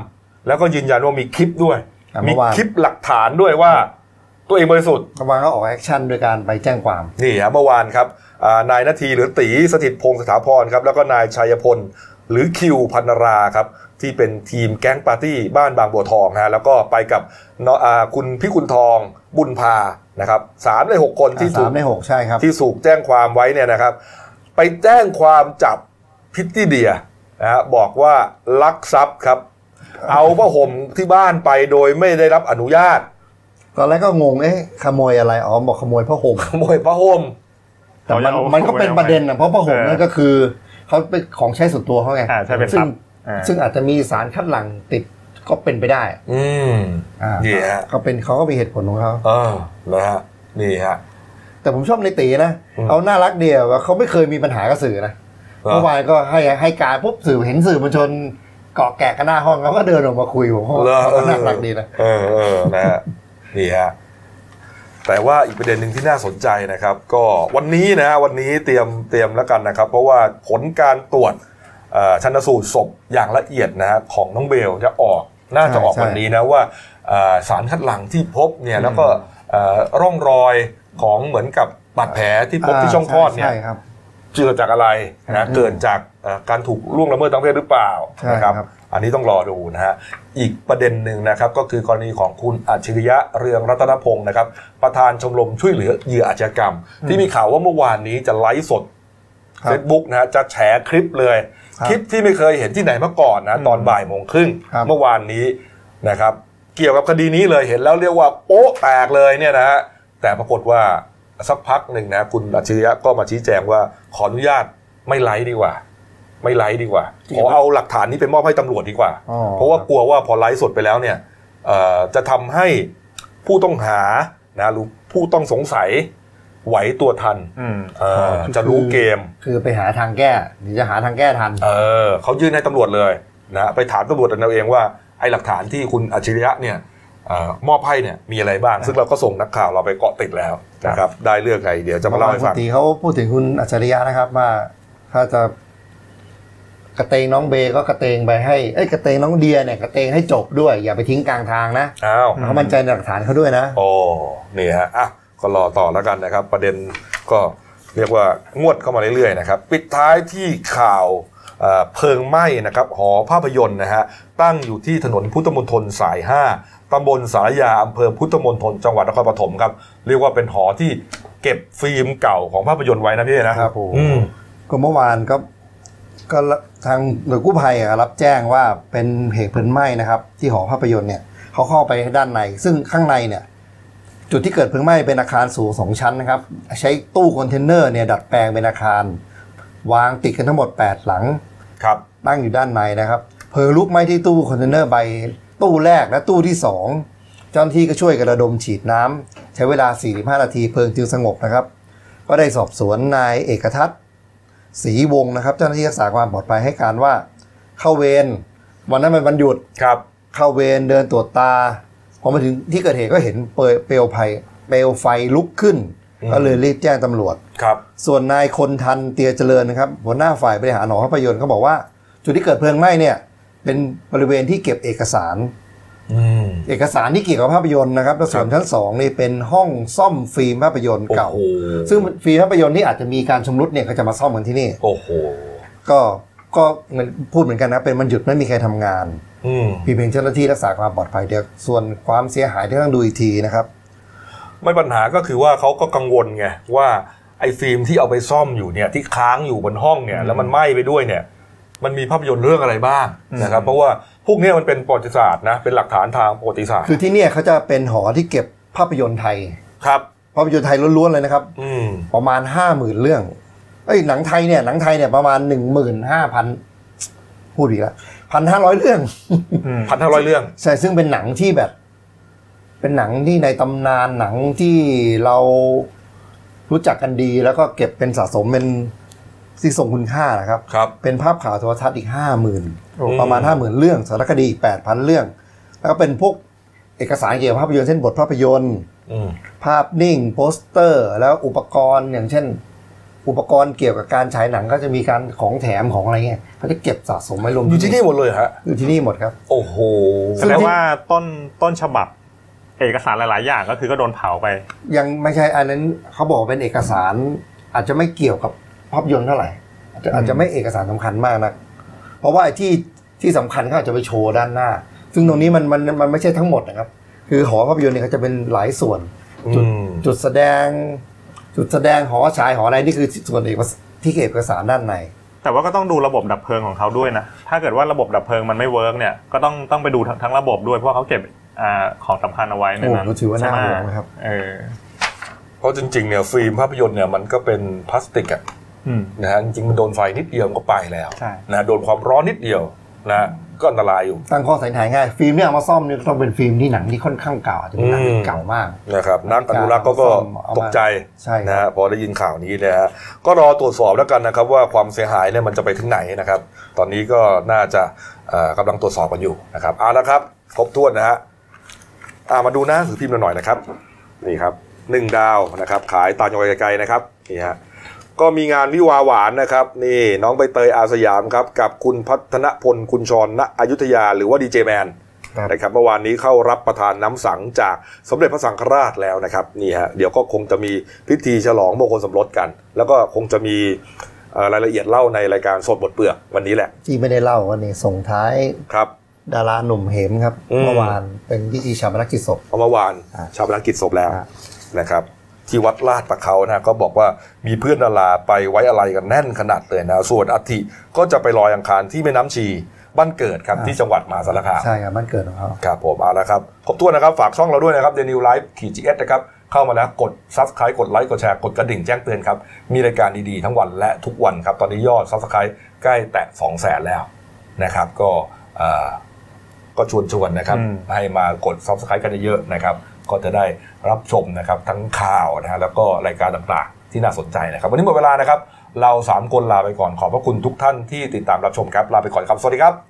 Speaker 1: แล้วก็ยืนยันว่ามีคลิปด้วย
Speaker 2: อ่ะ
Speaker 1: มี
Speaker 2: เมื่อวาน
Speaker 1: คลิปหลักฐานด้วยว่า ตัวเองบริสุทธิ
Speaker 2: กำลังก็ออกแอคชั่นโดยการไปแจ้งความ
Speaker 1: นี่ฮะเมื่อวานครับอ่านายนาทีหรือตีสถิตพงศ์สถาพรครับแล้วก็นายชัยพล หรือคิวพันราครับที่เป็นทีมแก๊งปาร์ตี้บ้านบางบัวทองฮะแล้วก็ไปกับเนาะอ่าคุณพี่คุณทองบุญพานะครับสามในหกคนที่
Speaker 2: อ่า
Speaker 1: ถู
Speaker 2: สาก มในหกใช่ครับ
Speaker 1: ที่สูกแจ้งความไว้เนี่ยนะครับ ไปแจ้งความจับพิตตี้เดียนะฮะบอกว่าลักทรัพย์ครับ เอาผ้าห่มที่บ้านไปโดยไม่ได้รับอนุญาต
Speaker 2: ตอนแรกก็งงเอ๊ะขโมยอะไรอ๋อบอกขโมยผ้าห่ม
Speaker 1: ขโมยผ้าห่ม
Speaker 2: แต่มัน
Speaker 3: เอาเอา
Speaker 2: มันก็เป็นประเด็นนะเพราะผ้าห่ม
Speaker 3: เออ
Speaker 2: นั่นก็คือเขาเป็นของใช้ส่วนตัวเขาไง
Speaker 3: อ่าใช่เป็น
Speaker 2: ซึ่
Speaker 3: ทรั
Speaker 2: ง
Speaker 3: พย์อ่า
Speaker 2: ซึ่งอาจจะมีสารคัดหลั่งติดก็เป็นไปได้
Speaker 1: อืม
Speaker 2: อ่า
Speaker 1: นี่ฮะ
Speaker 2: ก็เป็นเขาก็มีเหตุผลของเขา
Speaker 1: เออนะฮะ นี่ฮะ
Speaker 2: แต่ผมชอบในตีนะ
Speaker 1: อืม
Speaker 2: เอาน่ารักเดียวว่าเขาไม่เคยมีปัญหากับสื่อนะ เมื่อวานก็ให้ให้การปุ๊บสื่อเห็นสื่อมวลชนเกาะแกะกันหน้าห้องเขาก็เดินออกมาคุยผมว่า
Speaker 1: เหรอ
Speaker 2: เขา
Speaker 1: เอ
Speaker 2: ก็
Speaker 1: อ
Speaker 2: น่ารักดีนะ
Speaker 1: เออเออนะฮะ นี่ฮะ แต่ว่าอีกประเด็นหนึ่งที่น่าสนใจนะครับ ก็วันนี้นะฮะวันนี้เตรียมเตรียมแล้วกันนะครับ เพราะว่าผลการตรวจเอ่อชันสูตรศพอย่างละเอียดนะฮะของน้องเบลจะออกน่าจะออก
Speaker 2: ใช่ใช่
Speaker 1: วันนี้นะว่าเอ่อสารคัดหลั่งที่พบเนี่ยแล้วก็เอ่อร่องรอยของเหมือนกับบาดแผลที่พบที่ช่องคลอดเนี่ย
Speaker 2: ใช่ครับ
Speaker 1: เกิดจากอะไรนะ
Speaker 2: อืม
Speaker 1: เกิดจากเอ่อการถูกล่วงละเมิดทางเพศหรือเปล่า
Speaker 2: ใช่
Speaker 1: นะ
Speaker 2: ครับ
Speaker 1: อันนี้ต้องรอดูนะฮะอีกประเด็นหนึ่งนะครับก็คือกรณีของคุณอัจฉริยะเรืองรัตนพงศ์นะครับ ประธานชมรมช่วยเหลือเหยื่ออาชญากรรม ที่มีข่าวว่าเมื่อวานนี้จะไลฟ์สด
Speaker 2: ครับ
Speaker 1: Facebook นะฮะจะแฉคลิปเลย
Speaker 2: ครับ
Speaker 1: คลิปที่ไม่เคยเห็นที่ไหนมาก่อนนะตอนบ่ายโมงครึ่ง
Speaker 2: ครับ
Speaker 1: เมื่อวานนี้นะครับ เกี่ยวกับคดีนี้เลยเห็นแล้วเรียกว่าโป๊ะแตกเลยเนี่ยนะฮะแต่ปรากฏว่าสักพักหนึ่งนะคุณอัจฉริยะก็มาชี้แจงว่าขออนุญาตไม่ไลฟ์ดีกว่า ไม่ไลฟ์ดีกว่า ขอเอาหลักฐานนี้ไปมอบให้ตำรวจดีกว่า
Speaker 2: อ๋อ
Speaker 1: เพราะว่ากลัวว่าพอไลฟ์สดไปแล้วเนี่ยเอ่อจะทำให้ผู้ต้องหานะหรือผู้ต้องสงสัยไหวตัวทัน
Speaker 3: อืม
Speaker 1: เอ่อจะรู้เกม
Speaker 2: คือไปหาทางแก้เดี๋ยวจะหาทางแก้ทัน
Speaker 1: เออเขายื่นให้ตำรวจเลยนะไปถามตำรวจเอาเองว่าไอ้หลักฐานที่คุณอัจฉริยะเนี่ยเอ่อมอบให้เนี่ยมีอะไรบ้าง ซึ่งเราก็ส่งนักข่าวเราไปเกาะติดแล้วนะครับได้เรื่องไงเดี๋ยวจะมาเล่าให้
Speaker 2: คุณ
Speaker 1: ฟัง
Speaker 2: ตีเขาพูดถึงคุณอัจฉริยะนะครับว่าถ้าจะกระเตงน้องเบก็กระเตงไปให้เอ้ยกระเตงน้องเดียเนี่ยกระเตงให้จบด้วย อย่าไปทิ้งกลางทางนะ
Speaker 1: อ้าว
Speaker 2: เขามั่นใจในหลักฐานเขาด้วยนะ
Speaker 1: โอ้นี่ฮะอ่ะก็รอต่อแล้วกันนะครับ ประเด็นก็เรียกว่างวดเข้ามาเรื่อยๆนะครับ ปิดท้ายที่ข่าวเอ่อเพลิงไหม้นะครับหอภาพยนตร์นะฮะตั้งอยู่ที่ถนนพุทธมณฑลสาย 5ตำบลสารยาอำเภอพุทธมณฑลจังหวัดนครปฐมครับ เรียกว่าเป็นหอที่เก็บฟิล์มเก่าของภาพยนตร์ไว้นะพี่นะครับ
Speaker 2: ผม
Speaker 1: อืม
Speaker 2: ก็เมื่อวานก็ก็ทางหน่วยกู้ภัยอะรับแจ้งว่าเป็นเหตุเพลิงไหม้นะครับ ที่หอภาพยนตร์เนี่ยเขาเข้าไปด้านใน ซึ่งข้างในเนี่ย จุดที่เกิดเพลิงไหม้เป็นอาคารสูงสองชั้นนะครับ ใช้ตู้คอนเทนเนอร์เนี่ยดัดแปลงเป็นอาคาร วางติดกันทั้งหมด 8 หลัง
Speaker 1: ครับ
Speaker 2: ตั้งอยู่ด้านในนะครับ เพลิงลุกไหม้ที่ตู้คอนเทนเนอร์ใบตู้แรกและตู้ที่สองเจ้าหน้าที่ก็ช่วยกันระดมฉีดน้ำใช้เวลา 45 นาทีเพลิงจึงสงบนะครับ ก็ได้สอบสวนนายเอกทัศน์ศรีวงศ์นะครับ เจ้าหน้าที่รักษาความปลอดภัยให้การว่าเข้าเวรวันนั้นเป็นวันหยุด
Speaker 1: ครับ
Speaker 2: เข้าเวรเดินตรวจตาพอมาถึงที่เกิดเหตุก็เห็นเปลวเปลวไฟเปลวไฟลุกขึ้น ก็เลยรีบแจ้งตำรวจ
Speaker 1: ครับ
Speaker 2: ส่วนนายคนทันเตียเจริญนะครับหัวหน้าฝ่ายบริหารหอภาพยนตร์เขาบอกว่า จุดที่เกิดเพลิงไหม้เนี่ยเป็นบริเวณที่เก็บเอกสาร
Speaker 1: อืม
Speaker 2: เอกสารที่เกี่ยวกับภาพยนตร์นะครับแล้วส่วน
Speaker 1: ครับ
Speaker 2: ชั้นสองนี่เป็นห้องซ่อมฟิล์มภาพยนตร์เก่า
Speaker 1: โอ้โห
Speaker 2: ซึ่งฟิล์มภาพยนตร์ที่อาจจะมีการชำรุดเนี่ยก็จะมาซ่อมกันที่นี่
Speaker 1: โอ้โห
Speaker 2: ก็ก็เหมือนพูดเหมือนกันนะเป็นมันหยุดไม่มีใครทำงาน
Speaker 1: อืม
Speaker 2: พี่เพียงเจ้าหน้าที่รักษาความปลอดภัยเดียวส่วนความเสียหายที่ต้องดูอีกทีนะครับ
Speaker 1: ไม่ปัญหาก็คือว่าเขาก็กังวลไงว่าไอ้ฟิล์มที่เอาไปซ่อมอยู่เนี่ยที่ค้างอยู่บนห้องเนี่ยแล้วมันไหม้ไปด้วยเนี่ย มันมีภาพยนตร์เรื่องอะไรบ้างนะครับเพราะว่าพวกเนี้ยมันเป็นประวัติศาสตร์นะเป็นหลักฐานทางประวัติศาสตร์
Speaker 2: คือที่เนี่ยเขาจะเป็นหอที่เก็บภาพยนตร์ไทย
Speaker 1: ครับ
Speaker 2: ภาพยนตร์ไทยล้วนๆเลยนะครับ
Speaker 1: อืม
Speaker 2: ประมาณ 5 0,000 เรื่องเอ้ยหนังไทยเนี่ยหนังไทยเนี่ยประมาณ 15,000 พูดอีกแล้วพันห้าร้อยเรื่อง [laughs]
Speaker 3: อืม
Speaker 1: พันห้าร้อยเรื่อง
Speaker 2: ใช่ซึ่งเป็นหนังที่แบบ เป็นหนังที่ในตำนานหนังที่เรารู้จักกันดี แล้วก็เก็บเป็นสะสมเป็นที่ทรงคุณค่านะครับ
Speaker 1: ครับ
Speaker 2: เป็นภาพข่าวโทรทัศน์อีกห้าหมื่น
Speaker 1: โอ้
Speaker 2: ประมาณห้าหมื่นเรื่องสารคดีอีกแปดพันเรื่อง แล้วก็เป็นพวกเอกสารเกี่ยวกับภาพยนตร์เช่นบทภาพยนตร์
Speaker 1: อืม
Speaker 2: ภาพนิ่งโปสเตอร์ แล้วอุปกรณ์อย่างเช่น อุปกรณ์เกี่ยวกับการฉายหนังก็จะมีการของแถมของอะไรเงี้ยเขาจะเก็บสะสมไว้รวม
Speaker 1: อยู่ที่นี่หมดเลยฮะ
Speaker 2: อยู่ที่นี่หมดครับ
Speaker 1: โอ้โห
Speaker 3: แสดงว่าต้นต้นฉบับ เอกสารหลาย ๆ อย่างก็คือก็โดนเผาไป
Speaker 2: ยังไม่ใช่อันนั้นเขาบอกเป็นเอกสาร อาจจะไม่เกี่ยวกับภาพยนตร์เท่าไหร่อาจจะอาจจะไม่เอกสารสำคัญมากนะเพราะว่าไอ้ที่ที่สำคัญเขาอาจจะไปโชว์ด้านหน้า ซึ่งตรงนี้มันมันมันไม่ใช่ทั้งหมดนะครับ คือหอภาพยนตร์เนี่ยเขาจะเป็นหลายส่วน
Speaker 1: อืม
Speaker 2: จุดแสดง จุดแสดงหอฉายหออะไรนี่คือส่วนเอกสที่เก็บเอกสารด้านใน
Speaker 3: แต่ว่าก็ต้องดูระบบดับเพลิงของเขาด้วยนะถ้าเกิดว่าระบบดับเพลิงมันไม่เวิร์กเนี่ยก็ต้องต้องไปดูทั้งทั้งระบบด้วยเพราะว่าเขาเก็บอ่าของสำคัญเอาไว้ในนั้น
Speaker 2: โอ้โหถือว่าน่า
Speaker 3: ใช่ไม
Speaker 2: ห่วงนะครับ
Speaker 3: เออ
Speaker 1: เพราะจริงๆเนี่ยฟิล์มภาพยนตร์เนี่ยมันก็เป็นพลาสติกอะ
Speaker 3: อืม
Speaker 1: นะฮะจริงๆมันโดนไฟนิดเดียวมันก็ไปแล้ว
Speaker 3: ใช่
Speaker 1: นะโดนความร้อนนิดเดียวนะก็อันตรายอยู่
Speaker 2: ตั้งข้อสันนิษฐานง่าย ฟิล์มเนี่ยเอามาซ่อมเนี่ยต้องเป็นฟิล์มที่หนังที่ค่อนข้างเก่าอาจจะเป็นหนังที่
Speaker 1: อืม
Speaker 2: เก่ามาก
Speaker 1: นะครับนักอนุรักษ์ก็ก็ตกใจ
Speaker 2: ใช่
Speaker 1: นะครับ ฮะพอได้ยินข่าวนี้นะฮะก็รอตรวจสอบแล้วกันนะครับ ว่าความเสียหายเนี่ยมันจะไปถึงไหนนะครับ ตอนนี้ก็น่าจะเอ่อกำลังตรวจสอบกันอยู่นะครับเอาละครับครบถ้วนนะฮะอ่ามาดูหน้าหนังสือพิมพ์เราหน่อยนะครับนี่ครับหนึ่งดาวนะครับ ขายตาจังหวัดไกลๆนะครับนี่ฮะก็มีงานวิวาหวานนะครับ นี่น้องใบเตยอาสยามครับกับคุณพัฒนพลคุณชรณอยุธยาหรือว่าดีเจแมน นะครับเมื่อวานนี้เข้ารับประทานน้ำสังจากสมเด็จพระสังฆราชแล้วนะครับนี่ฮะเดี๋ยวก็คงจะมีพิธีฉลองมงคลสมรสกัน แล้วก็คงจะมีเอ่อรายละเอียดเล่าในรายการสดบทเปลือกวันนี้แหละ
Speaker 2: ที่ไม่ได้เล่าว่านี่ส่งท้าย
Speaker 1: ครับ
Speaker 2: ดาราหนุ่มเหมครับ
Speaker 1: อืม
Speaker 2: เมื่อวานเป็นพิธีชาปนกิจศพ
Speaker 1: เพราะเมื่อวาน
Speaker 2: อ่ะ
Speaker 1: ชาปนกิจศพแล้ว
Speaker 2: อ่ะ
Speaker 1: นะครับ ที่วัดลาดประเขานะก็บอกว่ามีเพื่อนดาราไปไว้อะไรกันแน่นขนาดเลยนะส่วนอัฐิก็จะไปลอยอังคารที่แม่น้ำชีบ้านเกิดครับที่จังหวัดมหาสารคาม
Speaker 2: ใช่ครับบ้านเกิดของเขา
Speaker 1: ครับผมเอาละครับขอบถ้วนนะครับ ฝากช่องเราด้วยนะครับ The New Life ขีด GS นะครับ เข้ามาแล้วกด Subscribe กดไลค์กดแชร์กดกระดิ่งแจ้งเตือนครับ มีรายการดีๆ ทั้งวันและทุกวันครับ ตอนนี้ยอด Subscribe ใกล้แตะ2 0 0แสนแล้วนะครับ ก็เอ่อก็ชวนชวนๆนะครับ
Speaker 3: อืม
Speaker 1: ให้มากด Subscribe กันเยอะๆนะครับ ก็จะได้รับชมนะครับทั้งข่าวนะฮะแล้วก็รายการต่างๆ ที่น่าสนใจนะครับ วันนี้หมดเวลานะครับ เราสามคนลาไปก่อนขอบพระคุณทุกท่านที่ติดตามรับชมครับลาไปก่อนครับสวัสดีครับ